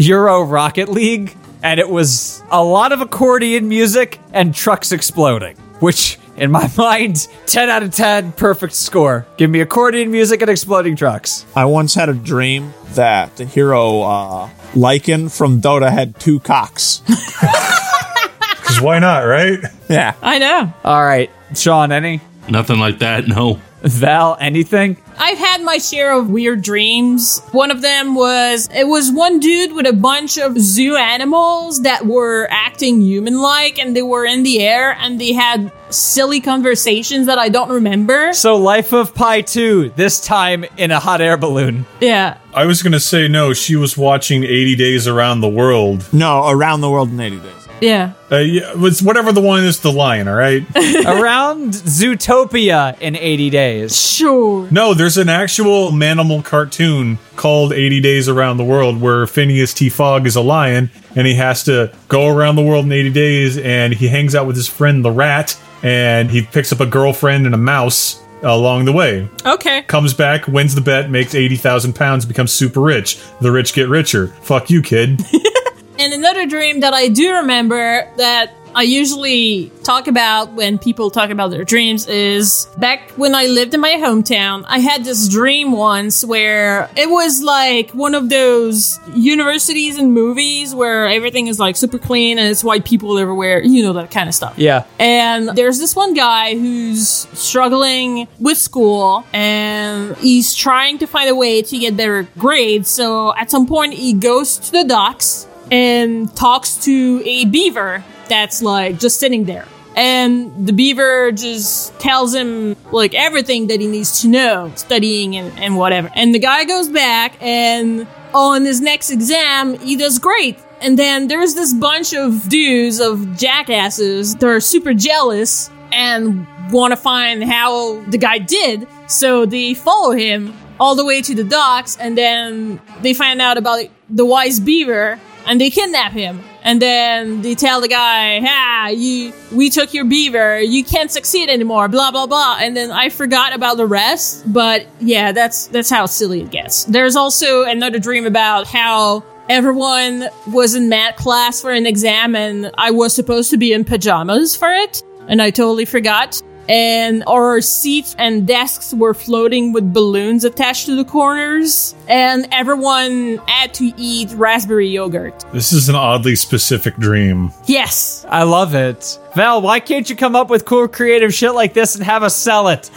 Speaker 5: Euro Rocket League, and it was a lot of accordion music and trucks exploding, which in my mind, 10 out of 10, perfect score. Give me accordion music and exploding trucks.
Speaker 3: I once had a dream that the hero uh, Lycan from Dota had two cocks.
Speaker 2: Because why not, right?
Speaker 3: yeah.
Speaker 6: I know.
Speaker 5: All right, Sean, any?
Speaker 4: Nothing like that, no.
Speaker 5: Val, anything?
Speaker 6: I've had my share of weird dreams. One of them was it was one dude with a bunch of zoo animals that were acting human like and they were in the air and they had silly conversations that I don't remember.
Speaker 5: So, Life of Pi 2, this time in a hot air balloon.
Speaker 6: Yeah.
Speaker 2: I was going to say no, she was watching 80 Days Around the World.
Speaker 3: No, around the world in 80 days.
Speaker 6: Yeah.
Speaker 2: Uh, yeah, it's whatever the one is, the lion. All right.
Speaker 5: Around Zootopia in 80 days.
Speaker 6: Sure.
Speaker 2: No, there's an actual manimal cartoon called 80 Days Around the World where Phineas T. Fogg is a lion and he has to go around the world in 80 days and he hangs out with his friend the rat and he picks up a girlfriend and a mouse along the way.
Speaker 6: Okay.
Speaker 2: Comes back, wins the bet, makes 80,000 pounds, becomes super rich. The rich get richer. Fuck you, kid.
Speaker 6: And another dream that I do remember that I usually talk about when people talk about their dreams is back when I lived in my hometown, I had this dream once where it was like one of those universities and movies where everything is like super clean and it's white people everywhere, you know, that kind of stuff.
Speaker 5: Yeah.
Speaker 6: And there's this one guy who's struggling with school and he's trying to find a way to get better grades. So at some point, he goes to the docks and talks to a beaver that's like just sitting there. And the beaver just tells him like everything that he needs to know, studying and, and whatever. And the guy goes back and on his next exam, he does great. And then there's this bunch of dudes of jackasses that are super jealous and want to find how the guy did. So they follow him all the way to the docks and then they find out about the wise beaver and they kidnap him. And then they tell the guy, "Ah, you, we took your beaver. You can't succeed anymore." Blah blah blah. And then I forgot about the rest, but yeah, that's that's how silly it gets. There's also another dream about how everyone was in math class for an exam, and I was supposed to be in pajamas for it, and I totally forgot. And our seats and desks were floating with balloons attached to the corners, and everyone had to eat raspberry yogurt.
Speaker 2: this is an oddly specific dream.
Speaker 6: Yes,
Speaker 5: I love it. Val, why can't you come up with cool creative shit like this and have us sell it?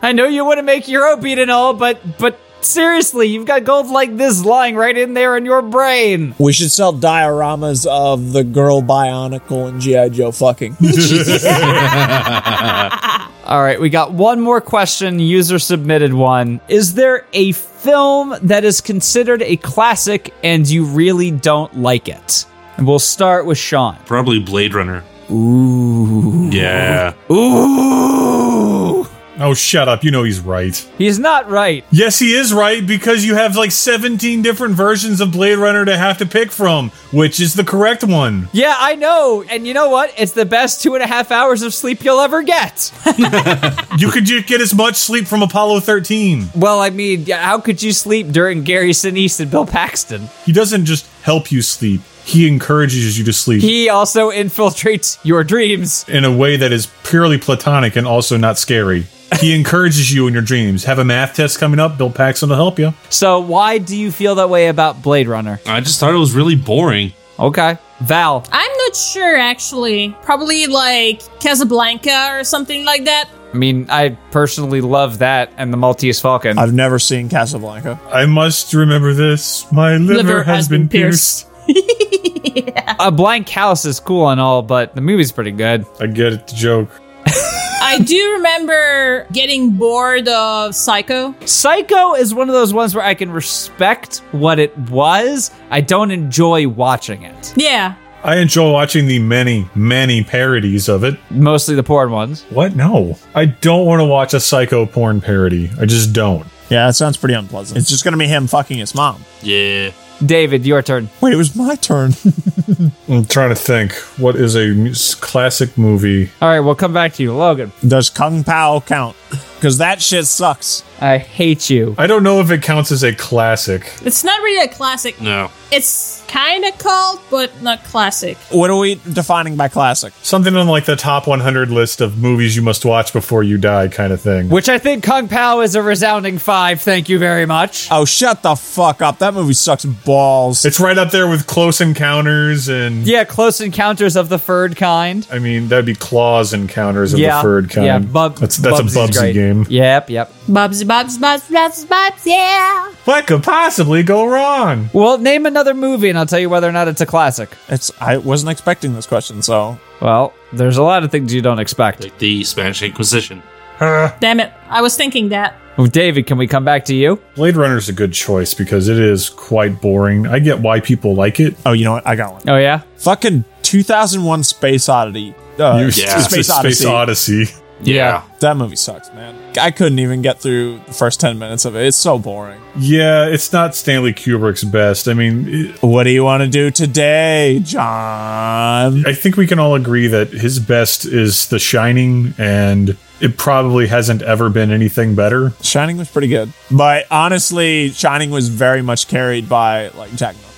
Speaker 5: I know you want to make your own beat and all, but but seriously, you've got gold like this lying right in there in your brain.
Speaker 7: We should sell dioramas of the girl Bionicle and G.I. Joe fucking.
Speaker 5: All right, we got one more question, user submitted one. Is there a film that is considered a classic and you really don't like it? And we'll start with Sean.
Speaker 4: Probably Blade Runner. Ooh. Yeah.
Speaker 5: Ooh.
Speaker 2: Oh, shut up. You know he's right.
Speaker 5: He's not right.
Speaker 2: Yes, he is right because you have like 17 different versions of Blade Runner to have to pick from, which is the correct one.
Speaker 5: Yeah, I know. And you know what? It's the best two and a half hours of sleep you'll ever get.
Speaker 2: You could just get as much sleep from Apollo 13.
Speaker 5: well, I mean, yeah, how could you sleep during Gary Sinise and Bill Paxton?
Speaker 2: He doesn't just help you sleep, he encourages you to sleep
Speaker 5: He also infiltrates your dreams.
Speaker 2: in a way that is purely platonic and also not scary. He encourages you in your dreams. Have a math test coming up, Bill Paxton will help you.
Speaker 5: So, why do you feel that way about Blade Runner?
Speaker 4: I just thought it was really boring.
Speaker 5: Okay. Val,
Speaker 6: I'm not sure actually. Probably like Casablanca or something like that.
Speaker 5: I mean, I personally love that and the Maltese Falcon.
Speaker 7: I've never seen Casablanca.
Speaker 2: I must remember this. My liver, has, been pierced.
Speaker 5: a Blank House is cool and all, but the movie's pretty good.
Speaker 2: I get it, the joke.
Speaker 6: I do remember getting bored of Psycho.
Speaker 5: Psycho is one of those ones where I can respect what it was. I don't enjoy watching it.
Speaker 6: Yeah.
Speaker 2: I enjoy watching the many, many parodies of it.
Speaker 5: Mostly the porn ones.
Speaker 2: What? No. I don't want to watch a psycho porn parody. I just don't.
Speaker 7: Yeah, that sounds pretty unpleasant. It's just gonna be him fucking his mom.
Speaker 4: Yeah.
Speaker 5: David, your turn.
Speaker 7: Wait, it was my turn.
Speaker 2: I'm trying to think. What is a mu- s- classic movie?
Speaker 5: All right, we'll come back to you. Logan,
Speaker 7: Does Kung Pao count? Because that shit sucks.
Speaker 5: I hate you.
Speaker 2: I don't know if it counts as a classic.
Speaker 6: It's not really a classic.
Speaker 4: No.
Speaker 6: It's kind of cult, but not classic.
Speaker 7: What are we defining by classic?
Speaker 2: Something on like the top 100 list of movies you must watch before you die, kind of thing.
Speaker 5: Which I think Kung Pao is a resounding five. Thank you very much.
Speaker 7: Oh, shut the fuck up. That movie sucks balls.
Speaker 2: It's right up there with Close Encounters and.
Speaker 5: Yeah, Close Encounters of the Third Kind.
Speaker 2: I mean, that'd be Claws Encounters of
Speaker 5: yeah.
Speaker 2: the Third Kind.
Speaker 5: Yeah, Bub-
Speaker 2: that's that's
Speaker 5: Bubsy's
Speaker 2: a Bubsy
Speaker 5: great.
Speaker 2: game.
Speaker 5: Yep, yep.
Speaker 6: Bobs, bobs, bobs, bobs, bobs, yeah.
Speaker 2: What could possibly go wrong?
Speaker 5: Well, name another movie and I'll tell you whether or not it's a classic.
Speaker 7: It's I wasn't expecting this question, so
Speaker 5: Well, there's a lot of things you don't expect.
Speaker 4: Like the Spanish Inquisition.
Speaker 6: Damn it. I was thinking that.
Speaker 5: Oh, David, can we come back to you?
Speaker 2: Blade Runner's a good choice because it is quite boring. I get why people like it.
Speaker 7: Oh, you know what? I got one.
Speaker 5: Oh, yeah?
Speaker 7: Fucking
Speaker 3: 2001 Space Oddity. Uh,
Speaker 2: You-
Speaker 4: Yeah.
Speaker 2: it's a
Speaker 3: Space Odyssey.
Speaker 2: Space Odyssey.
Speaker 4: Yeah.
Speaker 3: That movie sucks, man. I couldn't even get through the first 10 minutes of it. It's so boring.
Speaker 2: Yeah, it's not Stanley Kubrick's best. I mean, it-
Speaker 3: What do you want to do today, John?
Speaker 2: I think we can all agree that his best is The Shining, and it probably hasn't ever been anything better.
Speaker 3: Shining was pretty good. But honestly, Shining was very much carried by like Jack Nicholson.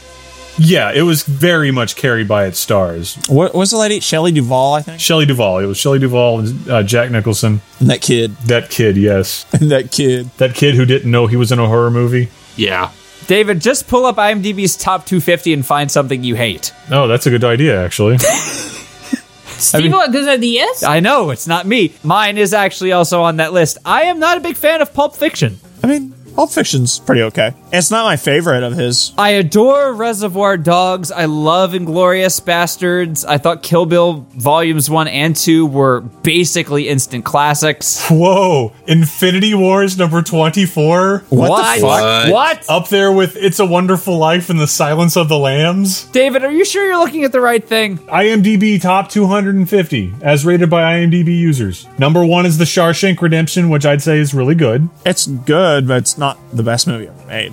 Speaker 2: Yeah, it was very much carried by its stars.
Speaker 3: What was the lady? Shelley Duvall, I think.
Speaker 2: Shelley Duvall. It was Shelley Duvall and uh, Jack Nicholson.
Speaker 3: And that kid.
Speaker 2: That kid, yes.
Speaker 3: And that kid.
Speaker 2: That kid who didn't know he was in a horror movie.
Speaker 4: Yeah.
Speaker 5: David, just pull up IMDb's top 250 and find something you hate.
Speaker 2: Oh, that's a good idea, actually.
Speaker 6: Steve, what good ideas?
Speaker 5: I know, it's not me. Mine is actually also on that list. I am not a big fan of Pulp Fiction.
Speaker 3: I mean, Pulp Fiction's pretty okay. It's not my favorite of his.
Speaker 5: I adore Reservoir Dogs. I love Inglorious Bastards. I thought Kill Bill Volumes 1 and 2 were basically instant classics.
Speaker 2: Whoa, Infinity Wars number 24?
Speaker 3: What, the fuck? Oh.
Speaker 4: fuck?
Speaker 5: What?
Speaker 2: Up there with It's a Wonderful Life and The Silence of the Lambs?
Speaker 5: David, are you sure you're looking at the right thing?
Speaker 2: IMDb top 250, as rated by IMDb users. Number one is The Shawshank Redemption, which I'd say is really good.
Speaker 3: It's good, but it's not the best movie ever made.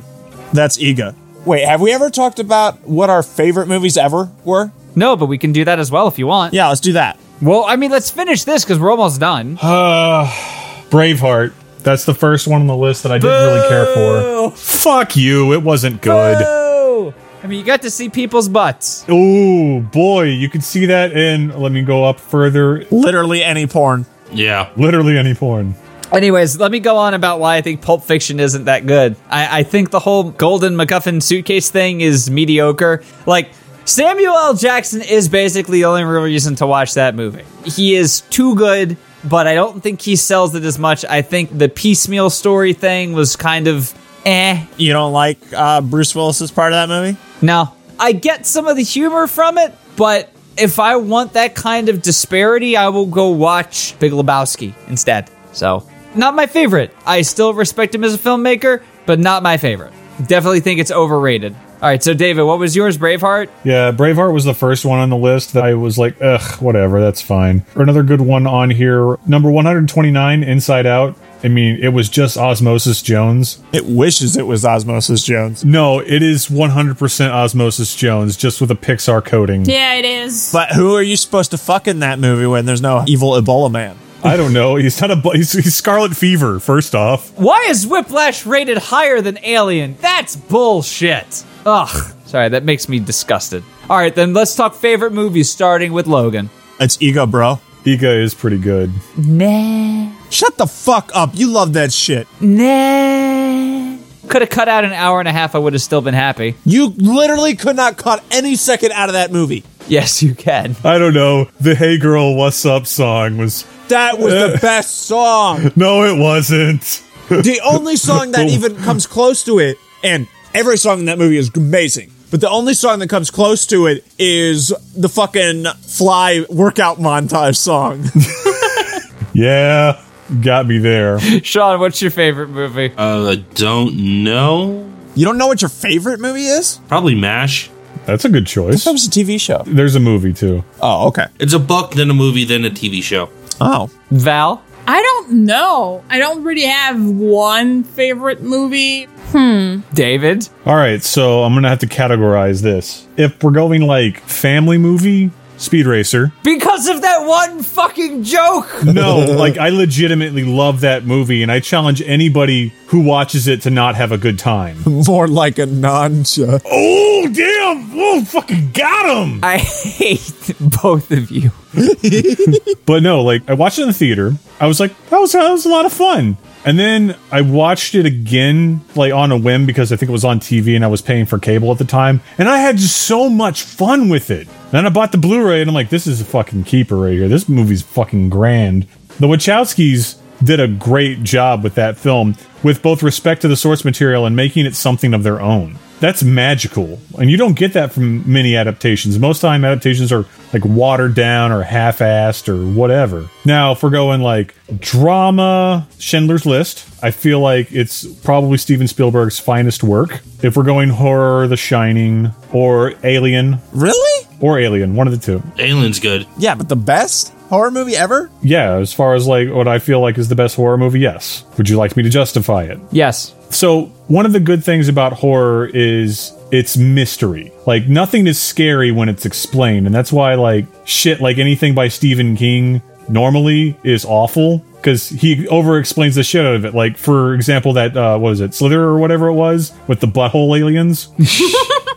Speaker 3: That's Ega. Wait, have we ever talked about what our favorite movies ever were?
Speaker 5: No, but we can do that as well if you want.
Speaker 3: Yeah, let's do that.
Speaker 5: Well, I mean, let's finish this because we're almost done.
Speaker 2: Uh, Braveheart. That's the first one on the list that I didn't really care for. Fuck you, it wasn't good.
Speaker 5: Oh! I mean, you got to see people's butts.
Speaker 2: Oh boy, you can see that in. Let me go up further.
Speaker 3: Literally any porn.
Speaker 4: Yeah.
Speaker 2: Literally any porn.
Speaker 5: Anyways, let me go on about why I think Pulp Fiction isn't that good. I, I think the whole Golden MacGuffin suitcase thing is mediocre. Like, Samuel L. Jackson is basically the only real reason to watch that movie. He is too good, but I don't think he sells it as much. I think the piecemeal story thing was kind of eh.
Speaker 3: You don't like uh, Bruce Willis's part of that movie?
Speaker 5: No. I get some of the humor from it, but if I want that kind of disparity, I will go watch Big Lebowski instead. So, not my favorite. I still respect him as a filmmaker, but not my favorite. Definitely think it's overrated. All right, so David, what was yours, Braveheart?
Speaker 2: Yeah, Braveheart was the first one on the list that I was like, ugh, whatever, that's fine. Another good one on here, number 129, Inside Out. I mean, it was just Osmosis Jones.
Speaker 3: It wishes it was Osmosis Jones.
Speaker 2: No, it is 100% Osmosis Jones, just with a Pixar coding.
Speaker 6: Yeah, it is.
Speaker 3: But who are you supposed to fuck in that movie when there's no evil Ebola man?
Speaker 2: I don't know. He's not a. bu- He's, he's Scarlet Fever, first off.
Speaker 5: Why is Whiplash rated higher than Alien? That's bullshit. Ugh. Sorry, that makes me disgusted. All right, then let's talk favorite movies, starting with Logan.
Speaker 3: It's ego, bro.
Speaker 2: Ika is pretty good.
Speaker 3: Shut the fuck up. You love that shit.
Speaker 5: Could have cut out an hour and a half, I would have still been happy.
Speaker 3: You literally could not cut any second out of that movie.
Speaker 5: Yes, you can.
Speaker 2: I don't know. The Hey Girl, What's Up song was.
Speaker 3: That was the best song.
Speaker 2: No, it wasn't.
Speaker 3: The only song that even comes close to it, and every song in that movie is amazing. But the only song that comes close to it is the fucking fly workout montage song.
Speaker 2: Yeah, got me there.
Speaker 5: Sean, what's your favorite movie?
Speaker 4: Uh, don't know.
Speaker 3: You don't know what your favorite movie is?
Speaker 4: Probably MASH.
Speaker 2: That's a good choice.
Speaker 3: That was a TV show.
Speaker 2: There's a movie too.
Speaker 3: Oh, okay.
Speaker 4: It's a book, then a movie, then a TV show.
Speaker 3: Oh.
Speaker 5: Val?
Speaker 6: I don't know. I don't really have one favorite movie.
Speaker 5: David?
Speaker 2: All right, so I'm gonna have to categorize this. If we're going like family movie, Speed Racer.
Speaker 5: Because of that one fucking joke!
Speaker 2: No, like I legitimately love that movie, and I challenge anybody who watches it to not have a good time.
Speaker 3: More like a nanja.
Speaker 2: oh damn! Whoa, fucking got him!
Speaker 5: I hate both of you.
Speaker 2: But no, like I watched it in the theater. I was like, that was that was a lot of fun. And then I watched it again, like on a whim, because I think it was on TV and I was paying for cable at the time. And I had just so much fun with it. Then I bought the Blu-ray and I'm like, this is a fucking keeper right here. This movie's fucking grand. The Wachowskis did a great job with that film, with both respect to the source material and making it something of their own. That's magical. And you don't get that from many adaptations. Most time adaptations are like watered down or half assed or whatever. Now, if we're going like drama, Schindler's List, I feel like it's probably Steven Spielberg's finest work. If we're going horror, The Shining, or Alien,
Speaker 3: Really?
Speaker 2: or Alien, one of the two.
Speaker 4: Alien's good.
Speaker 3: Yeah, but the best horror movie ever?
Speaker 2: Yeah, as far as like what I feel like is the best horror movie, yes. Would you like me to justify it?
Speaker 5: Yes.
Speaker 2: So, one of the good things about horror is it's mystery. Like nothing is scary when it's explained, and that's why like shit like anything by Stephen King normally is awful because he over explains the shit out of it. Like for example, that uh, what was it, Slither or whatever it was with the butthole aliens.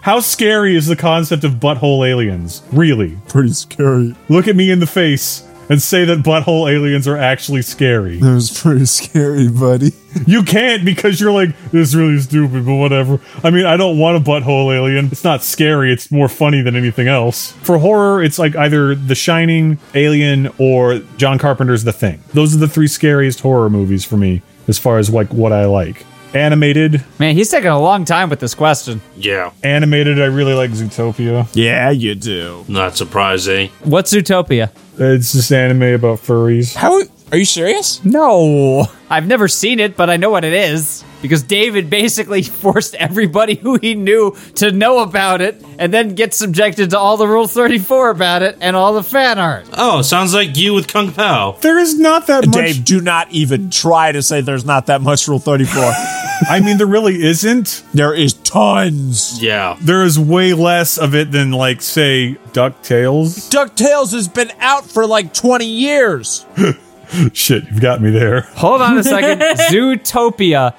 Speaker 2: How scary is the concept of butthole aliens? Really?
Speaker 3: Pretty scary.
Speaker 2: Look at me in the face and say that butthole aliens are actually scary.
Speaker 3: It was pretty scary, buddy.
Speaker 2: You can't because you're like, this is really stupid, but whatever. I mean, I don't want a butthole alien. It's not scary, it's more funny than anything else. For horror, it's like either The Shining, Alien, or John Carpenter's The Thing. Those are the three scariest horror movies for me as far as like what I like. Animated,
Speaker 5: Man, he's taking a long time with this question.
Speaker 4: Yeah,
Speaker 2: animated, I really like Zootopia.
Speaker 3: Yeah, you do.
Speaker 4: not surprising.
Speaker 5: What's Zootopia?
Speaker 2: It's this anime about furries.
Speaker 3: How are you serious?
Speaker 5: No. I've never seen it, but I know what it is because David basically forced everybody who he knew to know about it and then get subjected to all the Rule 34 about it and all the fan art.
Speaker 4: Oh, sounds like you with Kung Pao.
Speaker 2: There is not that much.
Speaker 3: Dave, do not even try to say there's not that much Rule 34.
Speaker 2: I mean, there really isn't.
Speaker 3: there is tons.
Speaker 4: Yeah.
Speaker 2: there is way less of it than like say DuckTales.
Speaker 3: DuckTales has been out for like 20 years.
Speaker 2: Shit, you've got me there.
Speaker 5: Hold on a second. Zootopia.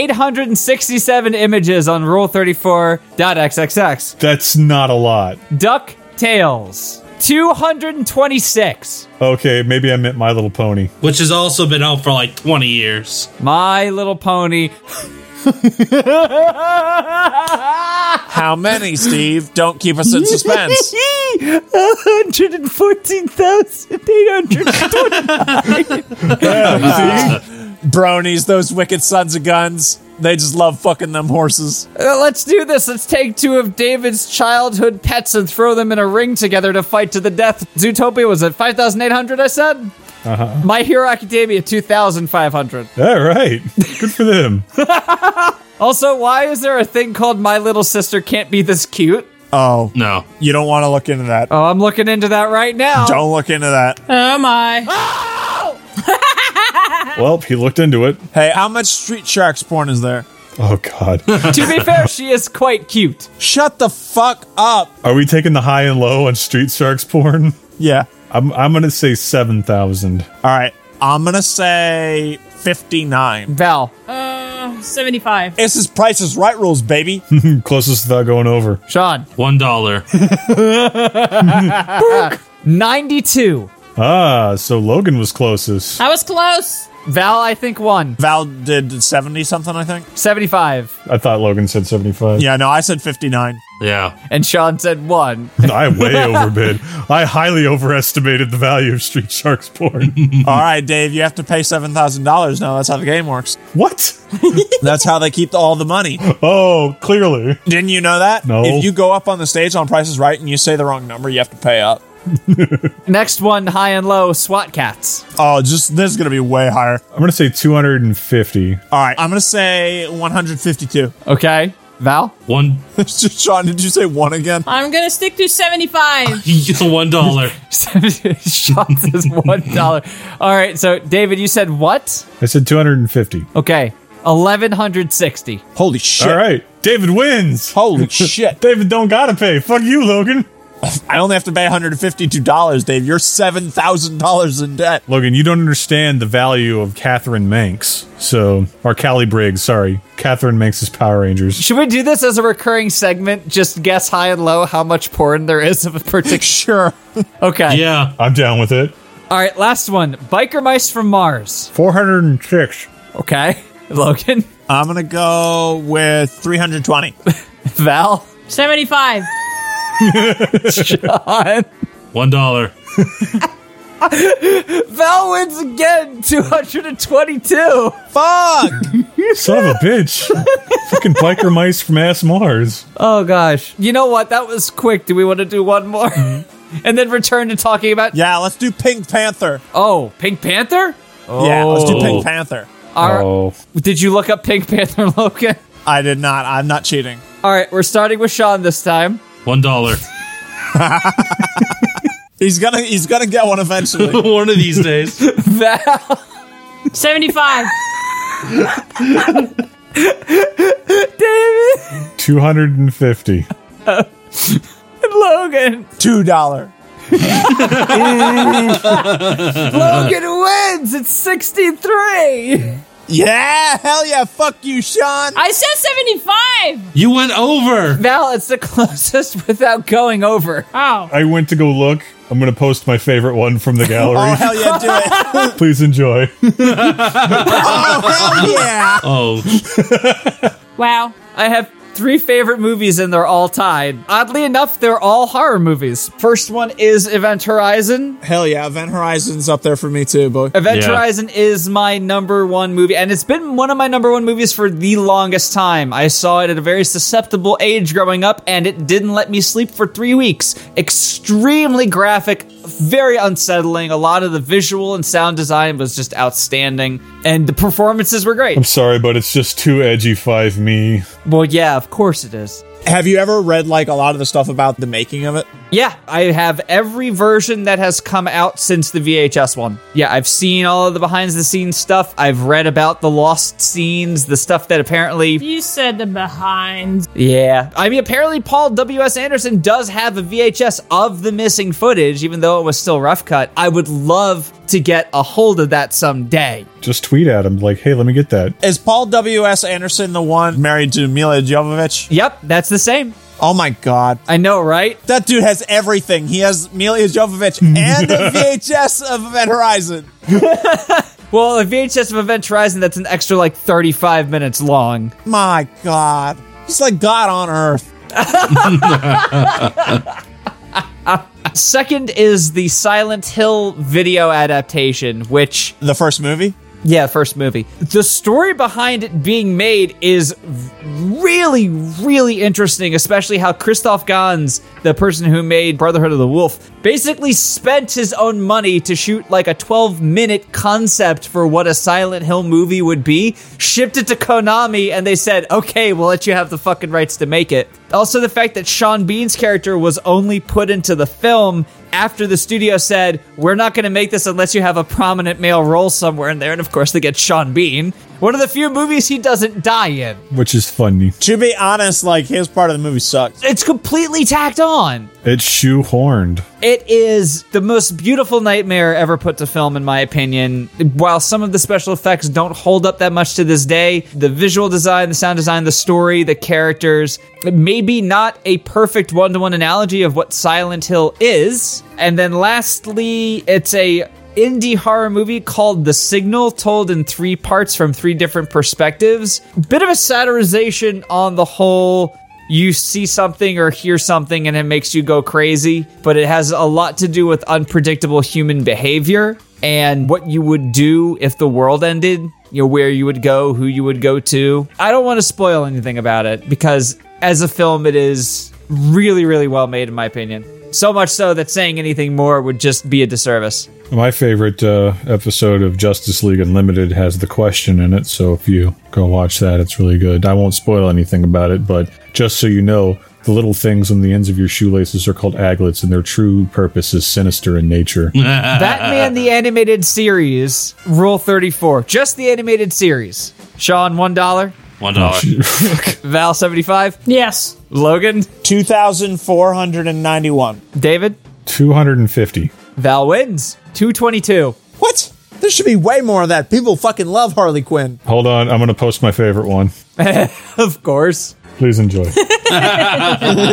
Speaker 5: 5,867 images on rule34.xxx.
Speaker 2: That's not a lot.
Speaker 5: Duck Tales. 226.
Speaker 2: Okay, maybe I meant My Little Pony.
Speaker 4: Which has also been out for like 20 years.
Speaker 5: My Little Pony.
Speaker 3: How many, Steve? Don't keep us in suspense.
Speaker 5: 114,800.
Speaker 4: Uh,
Speaker 3: Bronies, those wicked sons of guns. They just love fucking them horses.
Speaker 5: Uh, Let's do this. Let's take two of David's childhood pets and throw them in a ring together to fight to the death. Zootopia was at 5,800, I said? Uh-huh. My Hero Academia, 2,500.
Speaker 2: All right, good for them.
Speaker 5: Also, why is there a thing called My Little Sister Can't Be This Cute?
Speaker 3: Oh,
Speaker 4: No.
Speaker 3: you don't want to look into that.
Speaker 5: Oh, I'm looking into that right now.
Speaker 3: Don't look into that.
Speaker 6: Oh my.
Speaker 2: Well, he looked into it.
Speaker 3: Hey, how much Street Sharks porn is there?
Speaker 2: Oh God,
Speaker 5: to be fair, she is quite cute.
Speaker 3: Shut the fuck up.
Speaker 2: are we taking the high and low on Street Sharks porn?
Speaker 3: Yeah.
Speaker 2: I'm I'm gonna say seven thousand.
Speaker 3: All right. I'm going to say 59.
Speaker 5: Val,
Speaker 6: Uh, 75.
Speaker 3: This is Price is Right rules, baby.
Speaker 2: Closest without going over.
Speaker 5: Sean,
Speaker 4: One dollar.
Speaker 5: 92.
Speaker 2: Ah, so Logan was closest.
Speaker 6: I was close.
Speaker 5: Val, I think, won.
Speaker 3: Val did 70 something, I think.
Speaker 5: 75.
Speaker 2: I thought Logan said seventy five.
Speaker 3: Yeah, no, I said 59.
Speaker 4: yeah.
Speaker 5: And Sean said one.
Speaker 2: I way overbid. I highly overestimated the value of Street Sharks porn.
Speaker 3: All right, Dave, you have to pay $7,000 now. That's how the game works.
Speaker 2: what?
Speaker 3: That's how they keep all the money.
Speaker 2: Oh, clearly.
Speaker 3: Didn't you know that?
Speaker 2: No.
Speaker 3: If you go up on the stage on Price is Right and you say the wrong number, you have to pay up.
Speaker 5: Next one, high and low, SWAT cats.
Speaker 3: Oh, just this is going to be way higher.
Speaker 2: I'm gonna say 250.
Speaker 3: All right, I'm going to say 152.
Speaker 5: Okay. Val?
Speaker 4: One
Speaker 3: Sean, did you say one again?
Speaker 6: I'm gonna stick to 75.
Speaker 4: one dollar.
Speaker 5: Sean says one dollar. All right, so David, you said what?
Speaker 2: I said 250.
Speaker 5: Okay. Eleven hundred sixty.
Speaker 3: Holy shit.
Speaker 2: All right, David wins.
Speaker 3: Holy shit.
Speaker 2: David don't gotta pay. Fuck you, Logan.
Speaker 3: I only have to pay $152, Dave. You're $7,000 in debt.
Speaker 2: Logan, you don't understand the value of Catherine Manx. So, or Callie Briggs, sorry. Catherine Manx's Power Rangers.
Speaker 5: Should we do this as a recurring segment? Just guess high and low how much porn there is of a particular.
Speaker 3: Sure.
Speaker 5: Okay.
Speaker 4: Yeah.
Speaker 2: I'm down with it.
Speaker 5: All right, last one. Biker mice from Mars.
Speaker 2: 406.
Speaker 5: Okay. Logan,
Speaker 3: I'm going to go with 320.
Speaker 5: Val,
Speaker 6: 75.
Speaker 5: Sean.
Speaker 4: One dollar.
Speaker 5: Val wins again. Two hundred and twenty-two.
Speaker 3: Fuck!
Speaker 2: Son of a bitch. Fucking biker mice from ass Mars.
Speaker 5: Oh gosh. You know what? That was quick. Do we want to do one more? and then return to talking about.
Speaker 3: Yeah, let's do Pink Panther.
Speaker 5: Oh, Pink Panther.
Speaker 3: Yeah, let's do
Speaker 4: Oh.
Speaker 3: Pink Panther.
Speaker 5: Our,
Speaker 2: Oh.
Speaker 5: Did you look up Pink Panther Logan?
Speaker 3: I did not. I'm not cheating.
Speaker 5: All right, we're starting with Sean this time.
Speaker 4: One dollar.
Speaker 7: He's gonna he's gonna get one eventually.
Speaker 4: One of these days.
Speaker 5: Val,
Speaker 6: 75.
Speaker 2: 250.
Speaker 5: Logan,
Speaker 7: Two dollar.
Speaker 5: Logan wins. It's sixty-three.
Speaker 7: Yeah, hell yeah, fuck you, Sean.
Speaker 6: I said 75.
Speaker 4: You went over.
Speaker 5: Val, it's the closest without going over.
Speaker 6: Oh.
Speaker 2: I went to go look. I'm going to post my favorite one from the
Speaker 7: Oh
Speaker 2: gallery.
Speaker 7: hell yeah, do it.
Speaker 2: Please enjoy.
Speaker 7: Oh hell yeah.
Speaker 4: Oh,
Speaker 6: Wow.
Speaker 5: I have three favorite movies and they're all tied. Oddly enough, they're all horror movies. First one is Event Horizon.
Speaker 7: Hell yeah, Event Horizon's up there for me too, boy.
Speaker 5: Event
Speaker 4: Yeah.
Speaker 5: Horizon is my number one movie, and it's been one of my number one movies for the longest time. I saw it at a very susceptible age growing up, and it didn't let me sleep for three weeks. Extremely graphic, very unsettling. A lot of the visual and sound design was just outstanding, and the performances were great.
Speaker 2: Sorry, but it's just too edgy five me.
Speaker 5: Well, yeah, of course it is.
Speaker 7: Have you ever read like a lot of the stuff about the making of it?
Speaker 5: Yeah, I have every version that has come out since the VHS one. Yeah, I've seen all of the behind the scenes stuff. I've read about the lost scenes, the stuff that apparently.
Speaker 6: You said the behind.
Speaker 5: Yeah. I mean, apparently Paul W.S. Anderson does have a VHS of the missing footage, even though it was still rough cut. I would love to get a hold of that someday.
Speaker 2: Just tweet at him like, hey, let me get that.
Speaker 7: Is Paul W. S. Anderson the one married to Mila Jovovich?
Speaker 5: Yep, that's the same.
Speaker 7: Oh my god.
Speaker 5: I know, right?
Speaker 7: That dude has everything. He has Mila Jovovich and a VHS of Event Horizon.
Speaker 5: Well, a VHS of Event Horizon that's an extra like 35 minutes long.
Speaker 7: My god. He's like God on earth.
Speaker 5: Second is the Silent Hill video adaptation, which,
Speaker 7: The first movie?
Speaker 5: yeah, first movie. The story behind it being made is really, really interesting, especially how Christoph Gans, the person who made Brotherhood of the Wolf, basically spent his own money to shoot like a 12 minute concept for what a Silent Hill movie would be, shipped it to Konami, and they said, okay, we'll let you have the fucking rights to make it. Also, the fact that Sean Bean's character was only put into the film after the studio said, We're not going to make this unless you have a prominent male role somewhere in there. And of course, they get Sean Bean, one of the few movies he doesn't die in.
Speaker 2: Which is funny.
Speaker 7: To be honest, like his part of the movie sucks.
Speaker 5: It's completely tacked on.
Speaker 2: It's shoehorned.
Speaker 5: It is the most beautiful nightmare ever put to film, in my opinion. While some of the special effects don't hold up that much to this day, the visual design, the sound design, the story, the characters, maybe not a perfect one to one analogy of what Silent Hill is. And then lastly, it's a indie horror movie called The Signal, told in three parts from three different perspectives. Bit of a satirization on the whole you see something or hear something and it makes you go crazy, but it has a lot to do with unpredictable human behavior and what you would do if the world ended, you know, where you would go, who you would go to. I don't want to spoil anything about it because as a film it is really really well made in my opinion. So much so that saying anything more would just be a disservice.
Speaker 2: My favorite uh, episode of Justice League Unlimited has the question in it, so if you go watch that, it's really good. I won't spoil anything about it, but just so you know, the little things on the ends of your shoelaces are called aglets, and their true purpose is sinister in nature.
Speaker 5: Batman the animated series, Rule 34, just the animated series. Sean $1,
Speaker 4: one dollar.
Speaker 5: Val 75,
Speaker 6: Yes.
Speaker 5: Logan,
Speaker 7: 2,491.
Speaker 5: David
Speaker 2: 250.
Speaker 5: Val wins 222.
Speaker 7: What? There should be way more of that. People fucking love Harley Quinn.
Speaker 2: Hold on, I'm going to post my favorite one.
Speaker 5: Of course.
Speaker 2: Please enjoy. I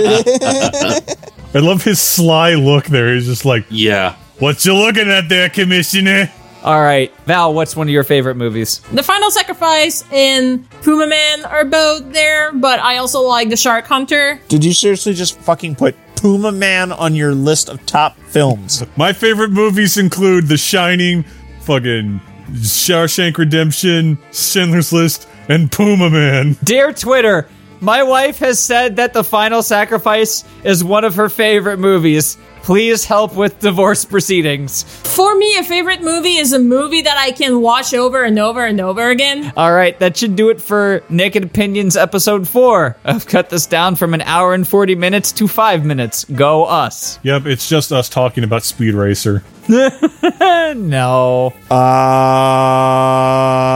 Speaker 2: love his sly look there. He's just like,
Speaker 4: Yeah.
Speaker 2: What you looking at there, Commissioner?
Speaker 5: All right. Val, what's one of your favorite movies?
Speaker 6: The final sacrifice in Puma Man are both there, but I also like the Shark Hunter.
Speaker 7: Did you seriously just fucking put Puma Man on your list of top films?
Speaker 2: My favorite movies include The Shining, fucking Shawshank Redemption, Schindler's List, and Puma Man.
Speaker 5: Dear Twitter, my wife has said that The Final Sacrifice is one of her favorite movies. Please help with divorce proceedings.
Speaker 6: For me, a favorite movie is a movie that I can watch over and over and over again.
Speaker 5: All right, that should do it for Naked Opinions episode 4. I've cut this down from an hour and 40 minutes to 5 minutes. Go us.
Speaker 2: Yep, it's just us talking about Speed Racer.
Speaker 5: No.
Speaker 7: Uh,